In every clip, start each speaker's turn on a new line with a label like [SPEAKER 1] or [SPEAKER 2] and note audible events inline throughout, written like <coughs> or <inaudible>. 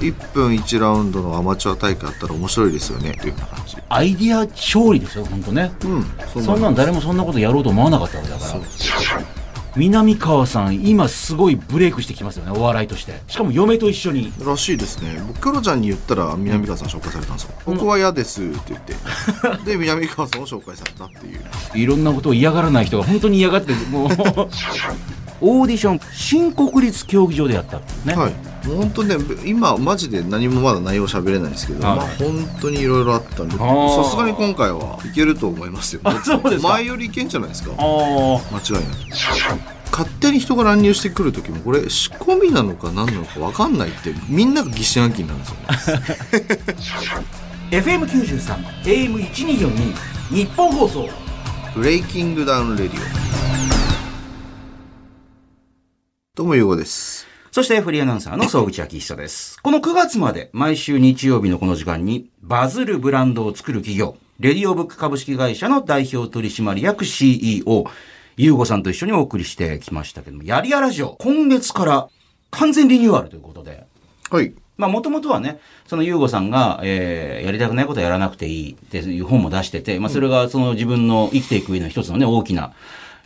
[SPEAKER 1] 1分1ラウンドのアマチュア大会あったら面白いですよねっていう話
[SPEAKER 2] アイディア勝利ですよ、本当ね。
[SPEAKER 1] うん
[SPEAKER 2] そんなん誰もそんなことやろうと思わなかったわけだから。南川さん、今すごいブレイクしてきますよね、お笑いとして。しかも嫁と一緒に。
[SPEAKER 1] らしいですね僕キョロちゃんに言ったら南川さん紹介されたんですよ、僕は嫌ですって言ってで南川さんを紹介されたっていう
[SPEAKER 2] いろんなことを嫌がらない人が本当に嫌がって、もう。オーディション、新国立競技場でやったんですね。
[SPEAKER 1] はい本当ね今マジで何もまだ内容喋れないですけど、
[SPEAKER 2] はい
[SPEAKER 1] まあ本当にいろいろあったんで
[SPEAKER 2] あー
[SPEAKER 1] さすがに今回はいけると思いますよ
[SPEAKER 2] あそうですか
[SPEAKER 1] 前よりいけんじゃないですか
[SPEAKER 2] ああ。
[SPEAKER 1] 間違いない勝手に人が乱入してくる時もこれ仕込みなのか何なのか分かんないってみんなが疑心暗鬼になるんですよね
[SPEAKER 2] FM93、AM1242、日本放送。
[SPEAKER 1] ブレイキングダウンレディオどうもゆうごです
[SPEAKER 3] そしてフリーアナウンサーの総口昭久です。この9月まで毎週日曜日のこの時間にバズるブランドを作る企業、レディオブック株式会社の代表取締役 CEO、ゆうごさんと一緒にお送りしてきましたけども、やりやラジオ、今月から完全リニューアルということで、
[SPEAKER 1] はい
[SPEAKER 3] まあ、もともとはね、その、ゆうごさんが、えー、やりたくないことはやらなくていいっていう本も出してて、まあ、それが、その、自分の生きていく上の一つのね、大きな、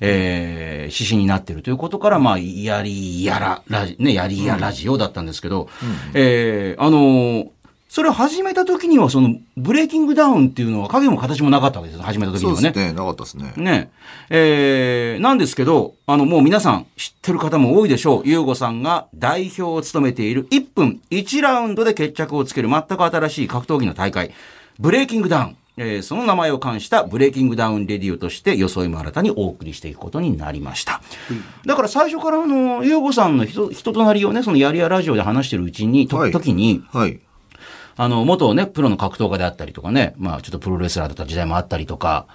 [SPEAKER 3] えー、指針になってるということから、まあ、やりやら、ラジ、ね、やりやラジオだったんですけど、えー、あのーそれを始めた時には、その、ブレイキングダウンっていうのは影も形もなかったわけですよ、始めた時に
[SPEAKER 1] そう
[SPEAKER 3] は
[SPEAKER 1] で
[SPEAKER 3] ね。
[SPEAKER 1] すねなかったですね
[SPEAKER 3] ねえ。えー、なんですけど、あの、もう皆さん知ってる方も多いでしょう。ゆうごさんが代表を務めている1分1ラウンドで決着をつける全く新しい格闘技の大会、ブレイキングダウン。えーその名前を冠したブレイキングダウンレディオとして、装いも新たにお送りしていくことになりました。だから最初から、あの、ゆうごさんの人人となりをね、そのやりやラジオで話してるうちに、と、
[SPEAKER 1] はい
[SPEAKER 3] 時に、
[SPEAKER 1] はい
[SPEAKER 3] あの、元ね、プロの格闘家であったりとかね、まあ、ちょっとプロレスラーだった時代もあったりとか、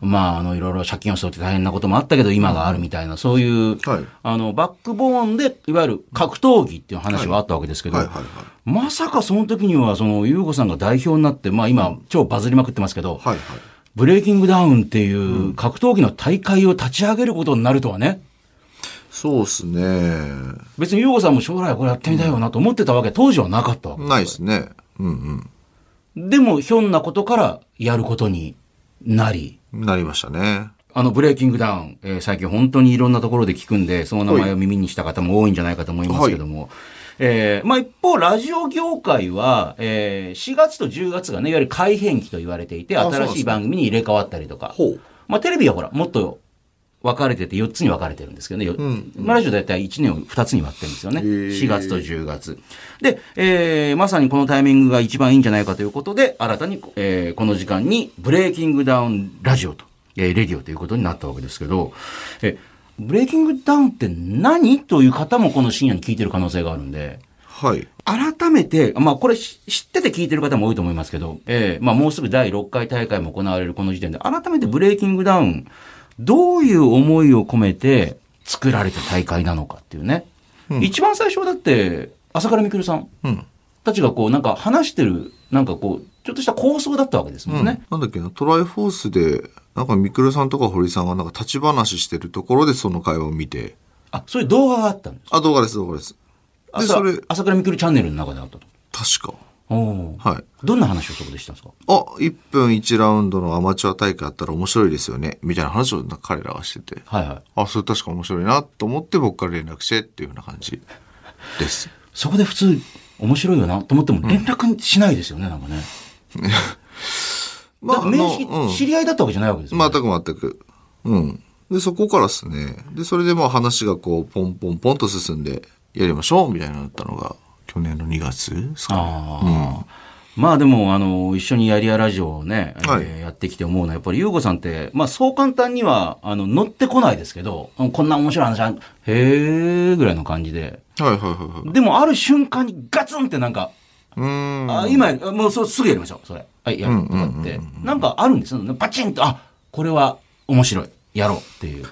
[SPEAKER 3] まあ、あの、いろいろ借金を背負って大変なこともあったけど、今があるみたいな、そういう、
[SPEAKER 1] はい
[SPEAKER 3] あの、バックボーンで、いわゆる格闘技っていう話はあったわけですけど、
[SPEAKER 1] はいはいはい
[SPEAKER 3] まさかその時には、その、ゆうごさんが代表になって、まあ、今、超バズりまくってますけど、
[SPEAKER 1] はいはい
[SPEAKER 3] ブレイキングダウンっていう格闘技の大会を立ち上げることになるとはね、
[SPEAKER 1] そうですね
[SPEAKER 3] 別にゆうごさんも将来これやってみたいよなと思ってたわけ、当時はなかったわけですよ
[SPEAKER 1] ないですねうん
[SPEAKER 3] でも、ひょんなことからやることになり、
[SPEAKER 1] うんなりましたね
[SPEAKER 3] あの、ブレイキングダウン、えー最近本当にいろんなところで聞くんで、その名前を耳にした方も多いんじゃないかと思いますけども、えーまあ一方、ラジオ業界は、えー4月と10月がね、いわゆる改変期と言われていて、
[SPEAKER 1] あそうなんで
[SPEAKER 3] 新
[SPEAKER 1] すね
[SPEAKER 3] しい番組に入れ替わったりとか、
[SPEAKER 1] ほう
[SPEAKER 3] まあテレビはほら、もっと分かれてて4つに分かれてるんですけどね、よ
[SPEAKER 1] ん
[SPEAKER 3] まあラジオだいたい1年を2つに割ってるんですよね。
[SPEAKER 1] へー
[SPEAKER 3] 4月と10月。で、えーまさにこのタイミングが一番いいんじゃないかということで、新たに、えーこの時間に、ブレイキングダウンラジオと、えーレディオということになったわけですけど、えブレイキングダウンって何という方もこの深夜に聞いてる可能性があるんで、
[SPEAKER 1] はい
[SPEAKER 3] 改めて、まあこれし知ってて聞いてる方も多いと思いますけど、ええまあもうすぐ第6回大会も行われるこの時点で、改めてブレイキングダウン、どういう思いを込めて作られた大会なのかっていうね。一番最初はだって、朝倉未来さん
[SPEAKER 1] うん
[SPEAKER 3] たちがこうなんか話してる、なんかこう、ちょっとした構想だったわけですもんね。
[SPEAKER 1] なんだっけな、トライフォースで、なんか、みくるさんとか堀さんがなんか立ち話してるところでその会話を見て、
[SPEAKER 3] あ、そういう動画があったんです。
[SPEAKER 1] あ、動画です、動画です。で、
[SPEAKER 3] 朝
[SPEAKER 1] それ、
[SPEAKER 3] 朝倉未来チャンネルの中であったと。
[SPEAKER 1] 確か。
[SPEAKER 3] おお。
[SPEAKER 1] はい。
[SPEAKER 3] どんな話をそこでしたんですか
[SPEAKER 1] あ、1分1ラウンドのアマチュア大会あったら面白いですよね、みたいな話をなんか彼らがしてて、
[SPEAKER 3] はいはい。
[SPEAKER 1] あ、それ確か面白いなと思って僕から連絡してっていうような感じ
[SPEAKER 3] <laughs>
[SPEAKER 1] です。
[SPEAKER 3] そこで普通、面白いよなと思っても連絡しないですよね、なんかね。
[SPEAKER 1] ま
[SPEAKER 3] だって面識、
[SPEAKER 1] のうん
[SPEAKER 3] 知り合いだったわけじゃないわけですよ、ね。
[SPEAKER 1] 全く全く。うん。で、そこからですね。で、それでまあ話がこう、ポンポンポンと進んで、やりましょうみたいになったのが、去年の2月ですかね。
[SPEAKER 3] ああまあでも、あの、一緒にやりやラジオをね、えー
[SPEAKER 1] はい
[SPEAKER 3] やってきて思うのは、やっぱり優子さんって、まあそう簡単には、あの、乗ってこないですけど、うんこんな面白い話あん、へえぐらいの感じで。
[SPEAKER 1] はいはいはいはい。
[SPEAKER 3] でも、ある瞬間にガツンってなんか、
[SPEAKER 1] うーん。
[SPEAKER 3] あ今やる、もうそうすぐやりましょう、それ。はい、やるとかって。なんかあるんですよね。パチンと、あ、これは面白い。やろうっていう。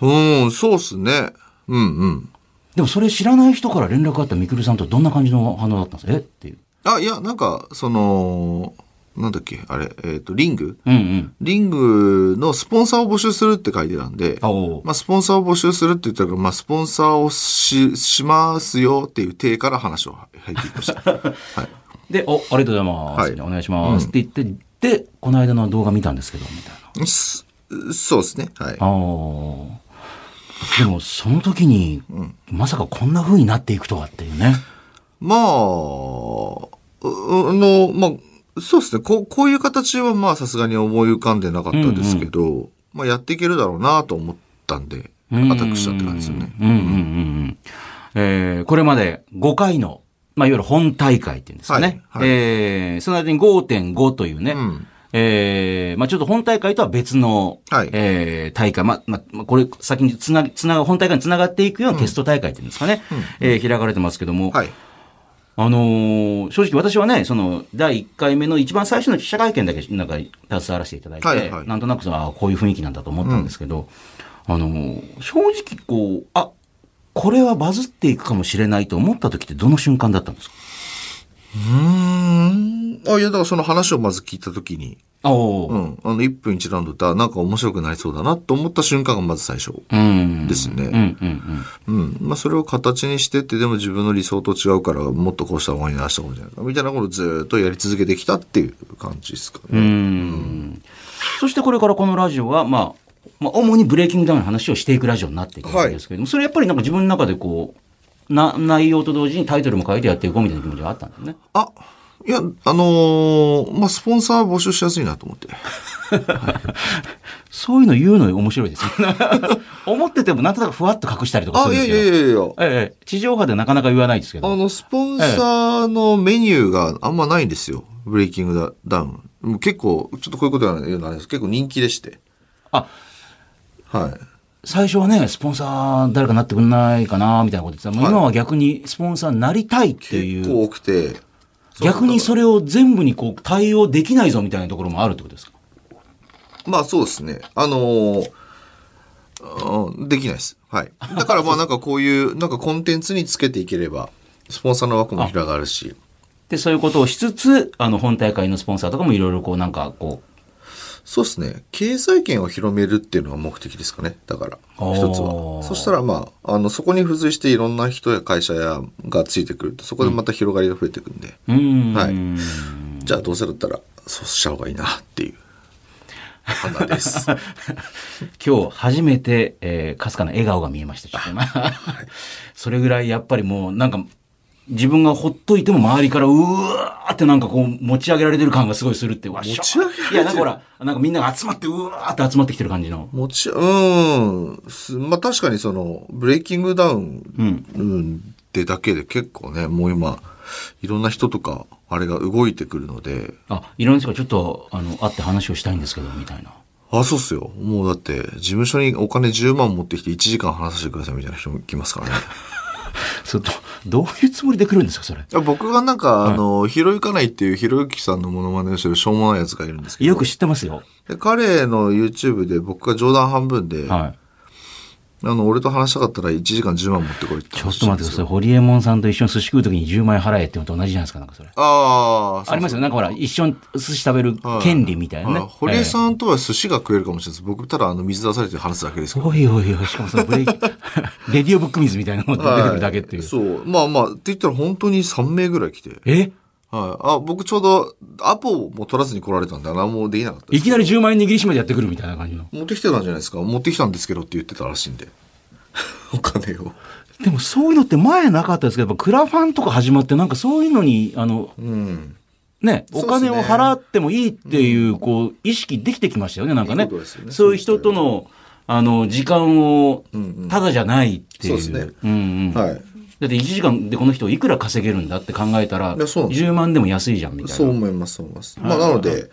[SPEAKER 1] うん、そうっすね。うんうん。
[SPEAKER 3] でもそれ知らない人から連絡あったみくるさんとどんな感じの反応だったんですかえっていう。
[SPEAKER 1] あ、いや、なんか、その、なんだっけあれ、えっ、と、リング
[SPEAKER 3] うんうん。
[SPEAKER 1] リングのスポンサーを募集するって書いてたんで、
[SPEAKER 3] あおう
[SPEAKER 1] まあ、スポンサーを募集するって言ったから、まあ、スポンサーをし、しますよっていう体から話を入っていきま <laughs> した。はい。
[SPEAKER 3] で、お、ありがとうございます。
[SPEAKER 1] はい
[SPEAKER 3] お願いします、って言って、で、この間の動画見たんですけど、みたいな。
[SPEAKER 1] すそうですね。はい。
[SPEAKER 3] ああ。でも、その時に、まさかこんな風になっていくとはっていうね。
[SPEAKER 1] まあ、うあの、まあ、そうですね。こう、こういう形はまあさすがに思い浮かんでなかったですけど、まあやっていけるだろうなと思ったんで、アタックしたって感じですよね。
[SPEAKER 3] うんうんうんうん。えーこれまで5回の、まあ、いわゆる本大会っていうんですかね。
[SPEAKER 1] はいはい
[SPEAKER 3] えーその間に5.5というね、
[SPEAKER 1] うん
[SPEAKER 3] えーまあ、ちょっと本大会とは別の、
[SPEAKER 1] はい
[SPEAKER 3] えー大会、まあ、まあまあ、これ先につな、つなが、本大会につながっていくようなテスト大会っていうんですかね。えー開かれてますけども、
[SPEAKER 1] はい。
[SPEAKER 3] あのー正直私はね、その、第1回目の一番最初の記者会見だけ、なんか、携わらせていただいて、
[SPEAKER 1] はいはい
[SPEAKER 3] なんとなくその、あーこういう雰囲気なんだと思ったんですけど、あのー正直こう、あ、これはバズっていくかもしれないと思った時ってどの瞬間だったんですか
[SPEAKER 1] うーん。あ、いや、だからその話をまず聞いたときに、
[SPEAKER 3] あお
[SPEAKER 1] う
[SPEAKER 3] ー
[SPEAKER 1] ん。あの、1分1ラウンドだ、なんか面白くなりそうだなと思った瞬間がまず最初
[SPEAKER 3] うん。
[SPEAKER 1] ですね。
[SPEAKER 3] うんうんうん。
[SPEAKER 1] うん。まあ、それを形にしてって、でも自分の理想と違うから、もっとこうした方がいいな、ああした方がいいんじゃないか、みたいなことをずーっとやり続けてきたっていう感じですか
[SPEAKER 3] う
[SPEAKER 1] ね。
[SPEAKER 3] ん。そしてこれからこのラジオは、まあ、まあ、主にブレイキングダウンの話をしていくラジオになっていくわけですけれども、それやっぱりなんか自分の中でこう、な、内容と同時にタイトルも書いてやっていこうみたいな気持ちがあったんだよね。
[SPEAKER 1] あ、いや、あのーまあ、スポンサー募集しやすいなと思って。
[SPEAKER 3] そういうの言うの面白いですよ。 <laughs> 思っててもなんとなくふわっと隠したりとかす
[SPEAKER 1] あ、
[SPEAKER 3] る
[SPEAKER 1] い
[SPEAKER 3] んで
[SPEAKER 1] や
[SPEAKER 3] す
[SPEAKER 1] い
[SPEAKER 3] けど。
[SPEAKER 1] やいやいや。
[SPEAKER 3] ええ、地上波でなかなか言わないですけ
[SPEAKER 1] あ
[SPEAKER 3] ど。
[SPEAKER 1] の、スポンサーのメニューがあんまないんですよ。ブレイキングダダウン。もう結構、ちょっとこういうことは言うのはあれですけど結構人気でして。
[SPEAKER 3] あ、
[SPEAKER 1] はい。
[SPEAKER 3] 最初はね、スポンサー誰かなってくんないかな、みたいなこと言ってた。もう今は逆にスポンサーになりたいってい
[SPEAKER 1] 結
[SPEAKER 3] う。
[SPEAKER 1] 構多くて。
[SPEAKER 3] 逆にそれを全部にこう対応できないぞみたいなところもあるってことですか
[SPEAKER 1] まあそうですね。あのーうんできないです。はい。だから
[SPEAKER 3] <laughs>
[SPEAKER 1] まあなんかこういう、なんかコンテンツにつけていければ、スポンサーの枠も広がるし。
[SPEAKER 3] で、そういうことをしつつ、あの、本大会のスポンサーとかもいろいろこう、なんかこう、
[SPEAKER 1] そうですね。経済圏を広めるっていうのが目的ですかね。だから、
[SPEAKER 3] おー
[SPEAKER 1] 一つは。そしたらまあ、あの、そこに付随していろんな人や会社やがついてくると、そこでまた広がりが増えていくんで、
[SPEAKER 3] うーん。
[SPEAKER 1] はいじゃあどうせだったら、そうした方がいいなって
[SPEAKER 3] <laughs>
[SPEAKER 1] いう判断です。
[SPEAKER 3] 今日初めて、えー、かすかな笑顔が見えました、ちょっと今 <laughs> それぐらいやっぱりもう、なんか、自分がほっといても周りからうわーってなんかこう持ち上げられてる感がすごいするって、持
[SPEAKER 1] ち上げられてる
[SPEAKER 3] いや、なんかほら、なんかみんなが集まってうわーって集まってきてる感じの。
[SPEAKER 1] もちろん、うんすまあ確かにその、ブレイキングダウン、うん、でだけで結構ね、もう今、いろんな人とか、あれが動いてくるので、
[SPEAKER 3] あ、いろんな人がちょっと、あの、会って話をしたいんですけど、みたいな。
[SPEAKER 1] あ、そうっすよ。もうだって、事務所にお金10万持ってきて1時間話させてくださいみたいな人も来ますからね。
[SPEAKER 3] <laughs> それと、どういうつもりで来るんですか、それ。
[SPEAKER 1] いや僕がなんか、あの、ひろゆかないっていうひろゆきさんのモノマネをしてるしょうもないやつがいるんですけど、
[SPEAKER 3] よく知ってますよ。
[SPEAKER 1] で彼の YouTube で僕が冗談半分で、
[SPEAKER 3] はい。
[SPEAKER 1] あの、俺と話したかったら1時間10万持ってこいって
[SPEAKER 3] ちょ
[SPEAKER 1] 話
[SPEAKER 3] っ
[SPEAKER 1] し
[SPEAKER 3] と
[SPEAKER 1] て
[SPEAKER 3] 待
[SPEAKER 1] ますよ
[SPEAKER 3] ってください。ホリエモンさんと一緒に寿司食うときに10万円払えってのと同じじゃないですか、なんかそれ。
[SPEAKER 1] ああ、
[SPEAKER 3] ありますよ。なんかほら、一緒に寿司食べる
[SPEAKER 1] はい
[SPEAKER 3] 権利みたいなね。
[SPEAKER 1] あ堀江
[SPEAKER 3] ん、
[SPEAKER 1] さんとは寿司が食えるかもしれないです。僕、ただ、あの、水出されて話すだけですから。
[SPEAKER 3] おいおいおい、しかもそのブレイキ、
[SPEAKER 1] <laughs>
[SPEAKER 3] レディオブック水みたいなの <laughs> が出てくるだけっていう。
[SPEAKER 1] はそう。まあまあ、って言ったら本当に3名ぐらい来て。はい。
[SPEAKER 3] え
[SPEAKER 1] あ、僕ちょうど、アポも取らずに来られたんで、何もできなかったで
[SPEAKER 3] い
[SPEAKER 1] す。
[SPEAKER 3] きなり10万円握りしめてやってくるみたいな感じの。
[SPEAKER 1] 持ってきてたんじゃないですか。持ってきたんですけどって言ってたらしいんで。 <laughs> お金を。
[SPEAKER 3] でもそういうのって前なかったですけど、やっぱクラファンとか始まってなんかそういうのに、あの、
[SPEAKER 1] うん。
[SPEAKER 3] ね、
[SPEAKER 1] そうっ
[SPEAKER 3] お
[SPEAKER 1] すね
[SPEAKER 3] 金を払ってもいいっていう、こう、意識できてきましたよね、なんか
[SPEAKER 1] いい
[SPEAKER 3] ね
[SPEAKER 1] ことですよ。ね
[SPEAKER 3] そういう人との、あの、時間を
[SPEAKER 1] んう、ん
[SPEAKER 3] ただじゃないってい
[SPEAKER 1] そう
[SPEAKER 3] う。
[SPEAKER 1] っすね
[SPEAKER 3] うんうん。
[SPEAKER 1] はい。
[SPEAKER 3] だって1時間でこの人いくら稼げるんだって考えたら、
[SPEAKER 1] いやそうなんです
[SPEAKER 3] 10万でも安いじゃんみたいな。
[SPEAKER 1] そう思います、そう思います。まあ、なので、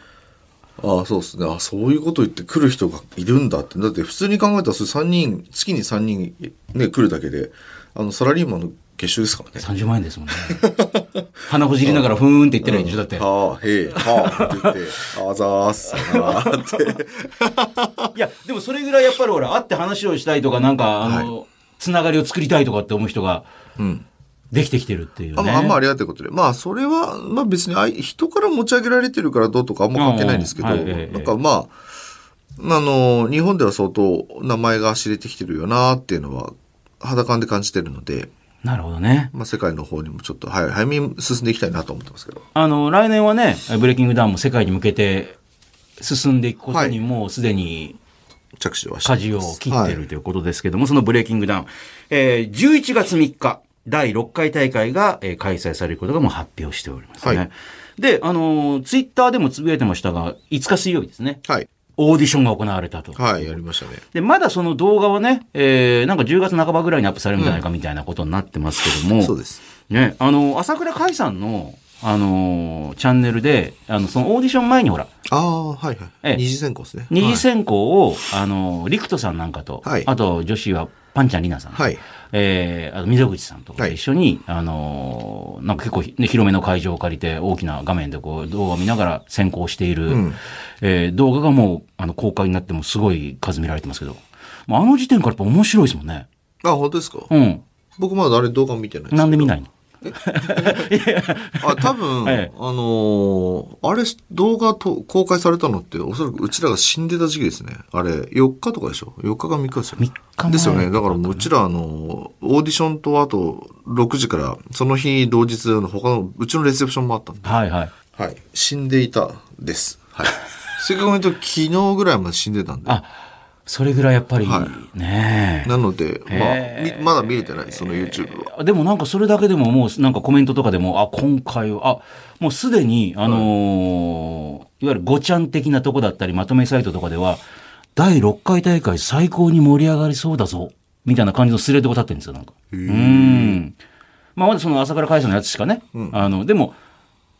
[SPEAKER 1] ああ、そうですね。あそういうこと言って来る人がいるんだって。だって、普通に考えたら、それ3人、月に3人、ね、来るだけで、あの、サラリーマンの月収ですからね。
[SPEAKER 3] 30万円で
[SPEAKER 1] <laughs>
[SPEAKER 3] すもんね。鼻ほじりながらふーんって言ってないんでしょ、だって。
[SPEAKER 1] はあ、へえ、はあ、って言って、あざーっすなーって。
[SPEAKER 3] いや、でもそれぐらいやっぱりほら、会って話をしたいとか、なんか、あの、つながりを作りたいとかって思う人が、
[SPEAKER 1] うん。
[SPEAKER 3] できてきてるっていう
[SPEAKER 1] あ
[SPEAKER 3] ね。
[SPEAKER 1] まあ、まあありがたいことで。まあ、それは、まあ別にあい、人から持ち上げられてるからどうとかあんま関係ないんですけど、
[SPEAKER 3] うんうんはいええ
[SPEAKER 1] なんかまあ、あの、日本では相当名前が知れてきてるよなっていうのは、肌感で感じてるので、
[SPEAKER 3] なるほどね。
[SPEAKER 1] まあ世界の方にもちょっと、はい、早めに進んでいきたいなと思ってますけど。
[SPEAKER 3] あの、来年はね、ブレイキングダウンも世界に向けて進んでいくことにもうすでに
[SPEAKER 1] 着手はして
[SPEAKER 3] 舵を切って
[SPEAKER 1] は
[SPEAKER 3] る
[SPEAKER 1] い
[SPEAKER 4] ということですけども、そのブレイキングダウン、えー、11月3日、第6回大会が、えー開催されることがもう発表しておりますね。
[SPEAKER 1] はい
[SPEAKER 4] で、あのーツイッターでもつぶやいてましたが、5日水曜日ですね。
[SPEAKER 1] はい。
[SPEAKER 4] オーディションが行われたと。
[SPEAKER 1] はい、やりましたね。
[SPEAKER 4] で、まだその動画はね、えー、なんか10月半ばぐらいにアップされるんじゃないかみたいなことになってますけども、
[SPEAKER 1] そうです。
[SPEAKER 4] ね、あの、朝倉海さんの、あのーチャンネルで、あの、そのオーディション前にほら、
[SPEAKER 1] ああ、はいはい。
[SPEAKER 4] ええ
[SPEAKER 1] 二次選考ですね。
[SPEAKER 4] 二次選考を、あのー、陸斗さんなんかと、
[SPEAKER 1] はい
[SPEAKER 4] あと女子はパンちゃんりなさん、
[SPEAKER 1] はい。
[SPEAKER 4] えー、あと溝口さんとかと
[SPEAKER 1] はい
[SPEAKER 4] 一緒に、あのーなんか結構ひ、ね、広めの会場を借りて、大きな画面でこう、動画を見ながら選考している、
[SPEAKER 1] うん
[SPEAKER 4] えー動画がもう、あの、公開になってもすごい数見られてますけど、まああの時点からやっぱ面白いですもんね。
[SPEAKER 1] あ、本当ですか
[SPEAKER 4] うん。
[SPEAKER 1] 僕まだあれ動画見てないです
[SPEAKER 4] なんで見ないの
[SPEAKER 1] あ、多分、
[SPEAKER 4] ええ
[SPEAKER 1] あのーあれ、動画と公開されたのって、おそらくうちらが死んでた時期ですね。あれ、4日とかでしょ ?4 日か3日ですよ。
[SPEAKER 4] 三日前
[SPEAKER 1] ですよね。だからもううちら、あのーオーディションとあと、6時から、その日同日の他の、うちのレセプションもあったんで。
[SPEAKER 3] はいはい。
[SPEAKER 1] はい。死んでいた、です。はい。正確に言うと、昨日ぐらいまで死んでたんで。
[SPEAKER 3] あ、それぐらいやっぱり、
[SPEAKER 1] は
[SPEAKER 3] ねえ
[SPEAKER 1] なので、
[SPEAKER 3] へ
[SPEAKER 1] まあ
[SPEAKER 3] ー
[SPEAKER 1] み、まだ見れてない、その YouTube は。
[SPEAKER 3] でもなんかそれだけでももうなんかコメントとかでも、あ、今回は、あ、もうすでに、あのーいわゆるごちゃん的なとこだったり、まとめサイトとかでは、第6回大会最高に盛り上がりそうだぞ、みたいな感じのスレッドが立ってるんですよ、なんか。うーん。まあまだその朝倉会社のやつしかね、あの、でも、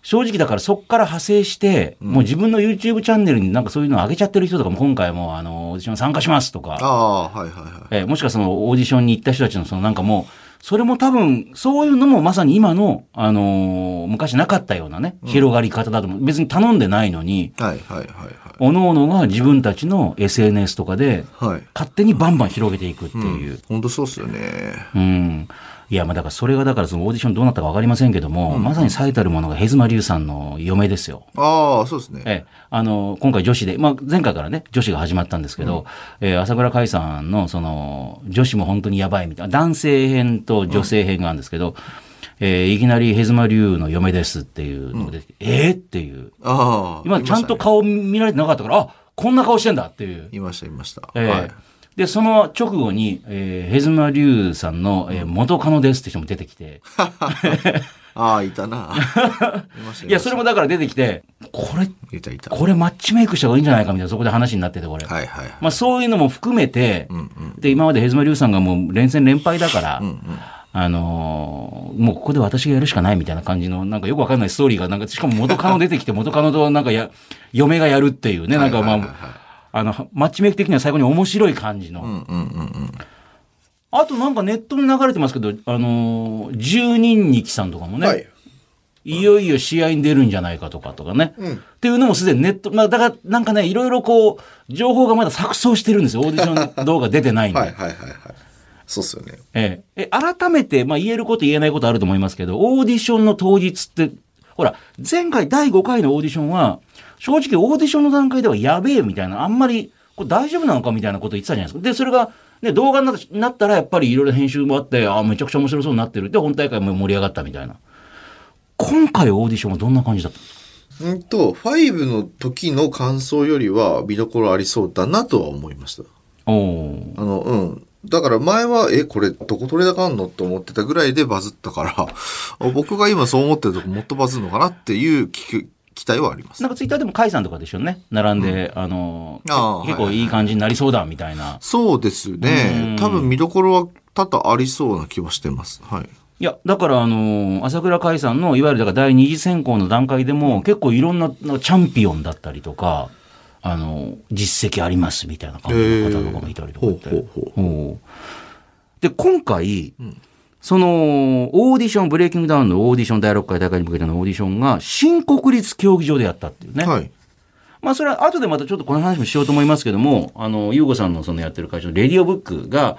[SPEAKER 3] 正直だからそっから派生して、もう自分の YouTube チャンネルになんかそういうの上げちゃってる人とかも今回もうあの、オーディション参加しますとか、
[SPEAKER 1] ああー、はいはいはい。
[SPEAKER 3] えーもしくはそのオーディションに行った人たちのそのなんかもう、それも多分、そういうのもまさに今の、あのー昔なかったようなね、広がり方だと思う。別に頼んでないのに、
[SPEAKER 1] はいはいはい
[SPEAKER 3] 各々が自分たちの SNS とかで、
[SPEAKER 1] はい。はい。
[SPEAKER 3] 勝手にバンバン広げていくっていう。
[SPEAKER 1] 本当そうっすよね。
[SPEAKER 3] うん。いや、まあだからそれがだからそのオーディションどうなったかわかりませんけども、まさに最たるものがヘズマリュウさんの嫁ですよ。
[SPEAKER 1] ああ、そうですね。
[SPEAKER 3] ええ、あの、今回女子で、まあ、前回からね、女子が始まったんですけど、えー朝倉海さんの、その、女子も本当にやばいみたいな、男性編と女性編があるんですけど、えーいきなりヘズマ竜の嫁ですっていうので、えーっていう。
[SPEAKER 1] ああ。
[SPEAKER 3] 今、ちゃんと顔見られてなかったから、あこんな顔してんだっていう。
[SPEAKER 1] いました、いました。
[SPEAKER 3] えー
[SPEAKER 1] はい。
[SPEAKER 3] で、その直後に、えーヘズマ竜さんの、えー元カノですって人も出てきて、
[SPEAKER 1] ああ、いた
[SPEAKER 3] <laughs>
[SPEAKER 1] な。いました。
[SPEAKER 3] いや、それ
[SPEAKER 1] も。
[SPEAKER 3] もだから出てきて、これ、
[SPEAKER 1] いた、いた。は
[SPEAKER 3] これマッチメイクした方がいいんじゃないかみたいな、そこで話になってて、これ。
[SPEAKER 1] いはい。
[SPEAKER 3] まあ、そういうのも含めて、
[SPEAKER 1] うんうん。
[SPEAKER 3] で、今までヘズマリュウさんがもう連戦連敗だから、
[SPEAKER 1] うんうん。
[SPEAKER 3] あのーもうここで私がやるしかないみたいな感じの、なんかよくわかんないストーリーが、なんか、しかも元カノ出てきて、元カノとなんかや、嫁がやるっていうね、なんかまあ、
[SPEAKER 1] はいはいはいはい
[SPEAKER 3] あの、マッチメイク的には最後に面白い感じの。
[SPEAKER 1] うんうんうんうん。
[SPEAKER 3] あとなんかネットに流れてますけど、あのー、十人力さんとかもね、
[SPEAKER 1] はい
[SPEAKER 3] い、よいよ試合に出るんじゃないかとかとかね、
[SPEAKER 1] うん
[SPEAKER 3] っていうのもすでにネット、まあだからなんかね、いろいろこう、情報がまだ錯綜してるんですよ。オーディション動画出てないんで。
[SPEAKER 1] はいはいはいはい。そうっすよね。
[SPEAKER 3] ええ、え改めて、まあ、言えること言えないことあると思いますけど、オーディションの当日って、ほら、前回第5回のオーディションは、正直オーディションの段階ではやべえみたいな、あんまり、これ大丈夫なのかみたいなこと言ってたじゃないですか。で、それが、ね、動画になったなったら、やっぱりいろいろ編集もあって、あめちゃくちゃ面白そうになってる。で、本大会も盛り上がったみたいな。今回オーディションはどんな感じだったんですか
[SPEAKER 1] うんと、5の時の感想よりは見どころありそうだなとは思いました。
[SPEAKER 3] おー
[SPEAKER 1] あの、うん。だから前は、え、これ、どこ取れ高あんのと思ってたぐらいでバズったから、僕が今そう思ってるとこもっとバズるのかなっていう期期待はあります。
[SPEAKER 3] なんかツイッターでも甲斐さんとかでしょね。並んで、あのー
[SPEAKER 1] あー
[SPEAKER 3] 結構いい感じになりそうだ、みたいな。
[SPEAKER 1] そうです
[SPEAKER 3] うん
[SPEAKER 1] ね。多分見どころは多々ありそうな気はしてます。はい。
[SPEAKER 3] いや、だから、あのー朝倉海さんの、いわゆるだから第二次選考の段階でも、結構いろんななんかチャンピオンだったりとか、あのー実績ありますみたいな感じの方とかもいたりとかって。
[SPEAKER 1] へーほうほ
[SPEAKER 3] ほうで、今回、その、オーディション、ブレイキングダウンのオーディション、第6回大会に向けてのオーディションが、新国立競技場でやったっていうね。
[SPEAKER 1] はい。
[SPEAKER 3] まあそれは後でまたちょっとこの話もしようと思いますけども、あの、ゆうごさんのそのやってる会社のレディオブックが、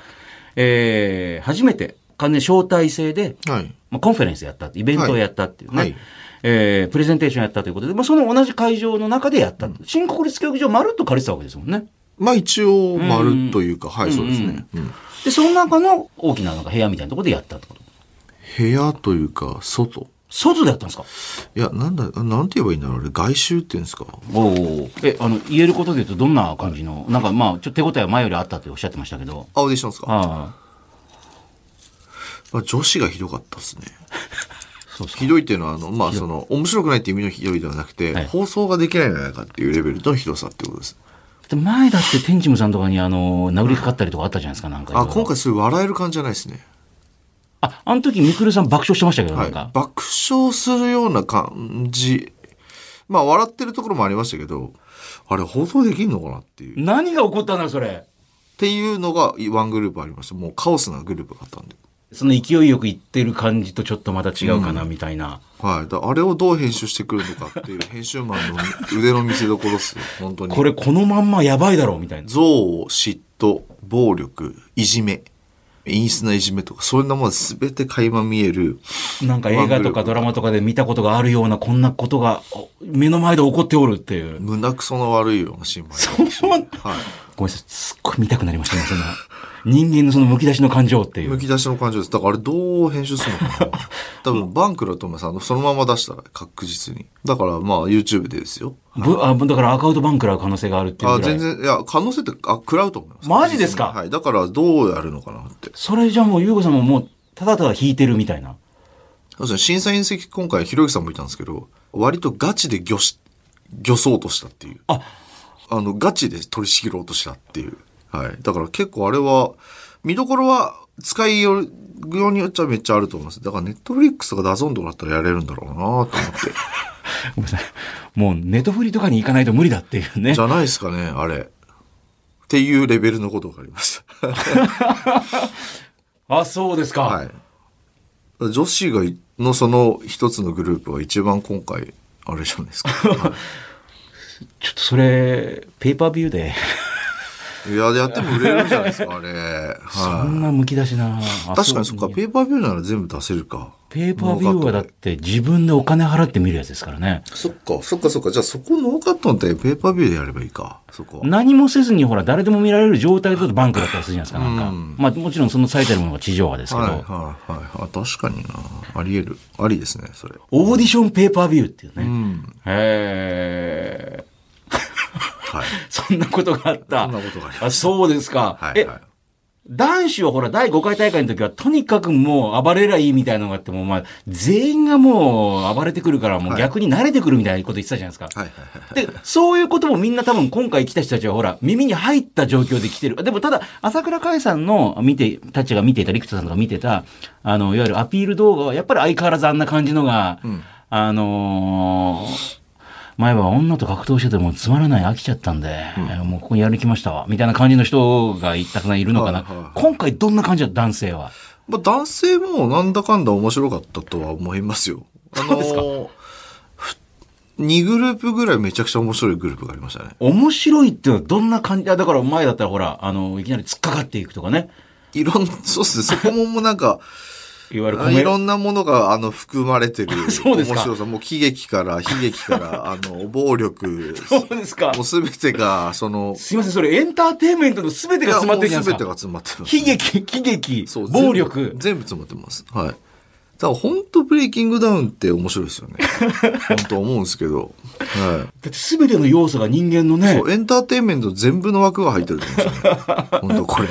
[SPEAKER 3] えー、初めて完全招待制で、
[SPEAKER 1] はい。
[SPEAKER 3] まあ、コンフェレンスやった、イベントをやったっていうね、
[SPEAKER 1] はいはい
[SPEAKER 3] えープレゼンテーションやったということで、まあ、その同じ会場の中でやった。新国立競技場まるっと借りてたわけですもんね。
[SPEAKER 1] まあ一応、丸というか、はい、そうですね。うん
[SPEAKER 3] で、その中の大きななんか部屋みたいなところでやったってこと。
[SPEAKER 1] 部屋というか、外。
[SPEAKER 3] 外でやったんですか
[SPEAKER 1] いや、なんだ、なんて言えばいいんだろう、あれ、外周っていうんですか。
[SPEAKER 3] おお。え、あの、言えることで言うとどんな感じの、なんかまあ、ちょっと手応えは前よりあったっておっしゃってましたけど。
[SPEAKER 1] あオーディションですか。
[SPEAKER 3] ああ。
[SPEAKER 1] まあ、女子がひどかったですね。
[SPEAKER 3] <laughs> そうですか
[SPEAKER 1] ひどいっていうのは、あの、まあ、その、面白くないっていう意味のひどいではなくて、
[SPEAKER 3] はい
[SPEAKER 1] 放送ができないんじゃないかっていうレベルのひどさってことです。
[SPEAKER 3] で前だって天ンチムさんとかにあの、殴りかかったりとかあったじゃないですか、なんか。
[SPEAKER 1] あ、今。回それ笑える感じじゃないですね。
[SPEAKER 3] あ、あの時みくるさん爆笑してましたけど、
[SPEAKER 1] は
[SPEAKER 3] なん
[SPEAKER 1] い
[SPEAKER 3] か。。
[SPEAKER 1] 爆笑するような感じ。まあ、笑ってるところもありましたけど、あれ、放送できんのかなっていう。っ
[SPEAKER 3] 何が起こったんだ、それ。
[SPEAKER 1] ていうのが、ワングループありました。もうカオスなグループがあったんで。
[SPEAKER 3] その勢いよく言ってる感じとちょっとまた違うかな、みたいな。
[SPEAKER 1] はい。だあれをどう編集してくるのかっていう、編集マンの腕の見せ所っすよ。本当に。
[SPEAKER 3] これこのまんまやばいだろう、みたいな。
[SPEAKER 1] 憎悪、嫉妬、暴力、いじめ、陰湿ないじめとか、そんなもの全て垣間見える。
[SPEAKER 3] なんか映画とかドラマとかで見たことがあるような、こんなことがお目の前で起こっておるっていう。
[SPEAKER 1] 胸くその悪いような新聞。
[SPEAKER 3] そんな
[SPEAKER 1] はい。
[SPEAKER 3] ごめんなさい、すっごい見たくなりましたね、そ <laughs> の。人間のそのむき出しの感情ってい
[SPEAKER 1] む
[SPEAKER 3] う。
[SPEAKER 1] き出しの感情です。だからあれどう編集するのか
[SPEAKER 3] <laughs>
[SPEAKER 1] な多分バンクだと思います。あの、そのまま出したら確実に。だからまあ YouTube でですよ。
[SPEAKER 3] ぶあだからアカウントバンクらう可能性があるっていう
[SPEAKER 1] あ
[SPEAKER 3] ぐら
[SPEAKER 1] 全
[SPEAKER 3] い。
[SPEAKER 1] 然、いや、可能性って、あ、食らうと思います。
[SPEAKER 3] マジですか
[SPEAKER 1] はい。だからどうやるのかなって。
[SPEAKER 3] それじゃもう、ゆうごさんももう、ただただ引いてるみたいな。
[SPEAKER 1] そうですね。審査員席今回ひろゆきさんもいたんですけど、割とガチで漁し、漁そうとしたっていう。
[SPEAKER 3] あ
[SPEAKER 1] あの、ガチで取り仕切ろうとしたっていう。はい。だから結構あれは、見どころは使いよるようによっちゃめっちゃあると思います。だからネットフリックスとかダゾンとかだったらやれるんだろうなと思って。
[SPEAKER 3] ごめんなさい。もう、ネトフリとかに行かないと無理だっていうね
[SPEAKER 1] じ。ゃないですかね、あれ。っていうレベルのことがありまし
[SPEAKER 3] <laughs> あ、そうですか。
[SPEAKER 1] た。はい。女子がい、のその一つのグループは一番今回、あれじゃないですか。
[SPEAKER 3] <laughs>
[SPEAKER 1] は
[SPEAKER 3] ちょっとそれ、ペーパービューで、
[SPEAKER 1] いいや、やっても売れるんじゃないですか、あれ。
[SPEAKER 3] そ
[SPEAKER 1] は
[SPEAKER 3] んなむき出しな。
[SPEAKER 1] い。
[SPEAKER 3] あ
[SPEAKER 1] 確かにそっか、
[SPEAKER 3] う
[SPEAKER 1] ペーパービューなら全部出せるか。
[SPEAKER 3] ペーパービューはだって自分でお金払って見るやつですからね。
[SPEAKER 1] そっか、そっかそっか。じゃあそこノーカットのってペーパービューでやればいいか。そこは。
[SPEAKER 3] 何もせずにほら、誰でも見られる状態だとバンクだったりするじゃないですか、なんか。
[SPEAKER 1] うん
[SPEAKER 3] まあもちろんその最たるものが地上波ですけど、
[SPEAKER 1] はいはいはい。あ確かにな。あり得る。ありですね、それ。
[SPEAKER 3] オーディションペーパービューっていうね。
[SPEAKER 1] うん。
[SPEAKER 3] へえ。
[SPEAKER 1] はい。
[SPEAKER 3] そんなことがあった。
[SPEAKER 1] そんなことがあります
[SPEAKER 3] あそうですか。
[SPEAKER 1] はい
[SPEAKER 3] え
[SPEAKER 1] はい。
[SPEAKER 3] 男子はほら、第5回大会の時は、とにかくもう暴れりゃいいみたいなのがあって、もうまあ、全員がもう暴れてくるから、もう
[SPEAKER 1] はい
[SPEAKER 3] 逆に慣れてくるみたいなこと言ってたじゃないですか。
[SPEAKER 1] はいはいはい。
[SPEAKER 3] で、そういうこともみんな多分今回来た人たちはほら、耳に入った状況で来てる。でもただ、朝倉海さんの見て、たちが見ていた、陸田さんとか見てた、あの、いわゆるアピール動画は、やっぱり相変わらずあんな感じのが、
[SPEAKER 1] うん
[SPEAKER 3] あのー前は女と格闘しててもうつまらない飽きちゃったんで、えーもうここにやる気ましたわ、みたいな感じの人がいたくないるのかな。
[SPEAKER 1] はいはいはい
[SPEAKER 3] 今回どんな感じだ男性は。
[SPEAKER 1] まあ、男性もなんだかんだ面白かったとは思いますよ。あ
[SPEAKER 3] そうですか
[SPEAKER 1] 2グループぐらいめちゃくちゃ面白いグループがありましたね。
[SPEAKER 3] 面白いっていうのはどんな感じあだから前だったらほら、あの、いきなり突っかかっていくとかね。
[SPEAKER 1] いろん <laughs> な、そうっすね。そこももうなん
[SPEAKER 3] <laughs>
[SPEAKER 1] か、
[SPEAKER 3] いわゆるコ
[SPEAKER 1] い
[SPEAKER 3] メ
[SPEAKER 1] ろんなものが、あの、含まれてる。
[SPEAKER 3] そうですか
[SPEAKER 1] 面白さ。もう喜劇から、悲劇
[SPEAKER 3] <laughs>
[SPEAKER 1] から、あの、暴力。
[SPEAKER 3] <laughs> そうですか
[SPEAKER 1] もうすべてが、その、
[SPEAKER 3] すいません、それエンターテインメントの全てが詰まってるじゃない
[SPEAKER 1] す
[SPEAKER 3] で
[SPEAKER 1] べて
[SPEAKER 3] す
[SPEAKER 1] が
[SPEAKER 3] か。
[SPEAKER 1] 詰まってます、
[SPEAKER 3] 悲劇、喜劇
[SPEAKER 1] そう、
[SPEAKER 3] 暴
[SPEAKER 1] 全
[SPEAKER 3] 力
[SPEAKER 1] 部。全部詰まってます。はい。だから本当ブレイキングダウンって面白いです
[SPEAKER 3] <laughs>
[SPEAKER 1] よね。本当思うんですけど。はい。
[SPEAKER 3] だって全ての要素が人間のね
[SPEAKER 1] そ、う、エンターテインメント全部の枠が入ってると思うんです <laughs> よね。本当これ。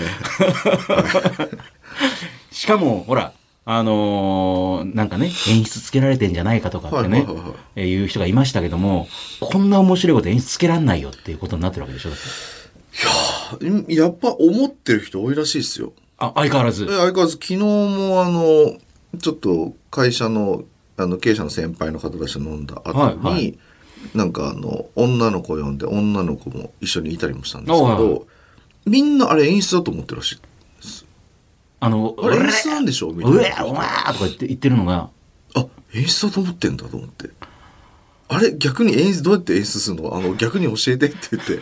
[SPEAKER 3] しかも、ほら、あのーなんかね、演出つけられてんじゃないかとかって
[SPEAKER 1] は
[SPEAKER 3] ね
[SPEAKER 1] いはいはいはい、
[SPEAKER 3] えーいう人がいましたけども、こんな面白いこと演出つけらんないよっていうことになってるわけでしょだって
[SPEAKER 1] うんやっぱ思ってる人多いらしいですよ。
[SPEAKER 3] あ、相変わら
[SPEAKER 1] え
[SPEAKER 3] ず。
[SPEAKER 1] 相変わらず昨日もあの、ちょっと会社の、あの、経営者の先輩の方たちと飲んだ後に、
[SPEAKER 3] はいはい
[SPEAKER 1] なんかあの、女の子呼んで、女の子も一緒にいたりもしたんですけ
[SPEAKER 3] おうお
[SPEAKER 1] ど、みんなあれ演出だと思ってるらしい。
[SPEAKER 3] あの、
[SPEAKER 1] あれ
[SPEAKER 3] う
[SPEAKER 1] 演
[SPEAKER 3] え
[SPEAKER 1] 出なんでしょみたいうな。
[SPEAKER 3] えお前とか言って言ってるのが、
[SPEAKER 1] あ、演出だと思ってんだと思って。あれ逆に演出、どうやって演出するのあの、逆に教えてって言って。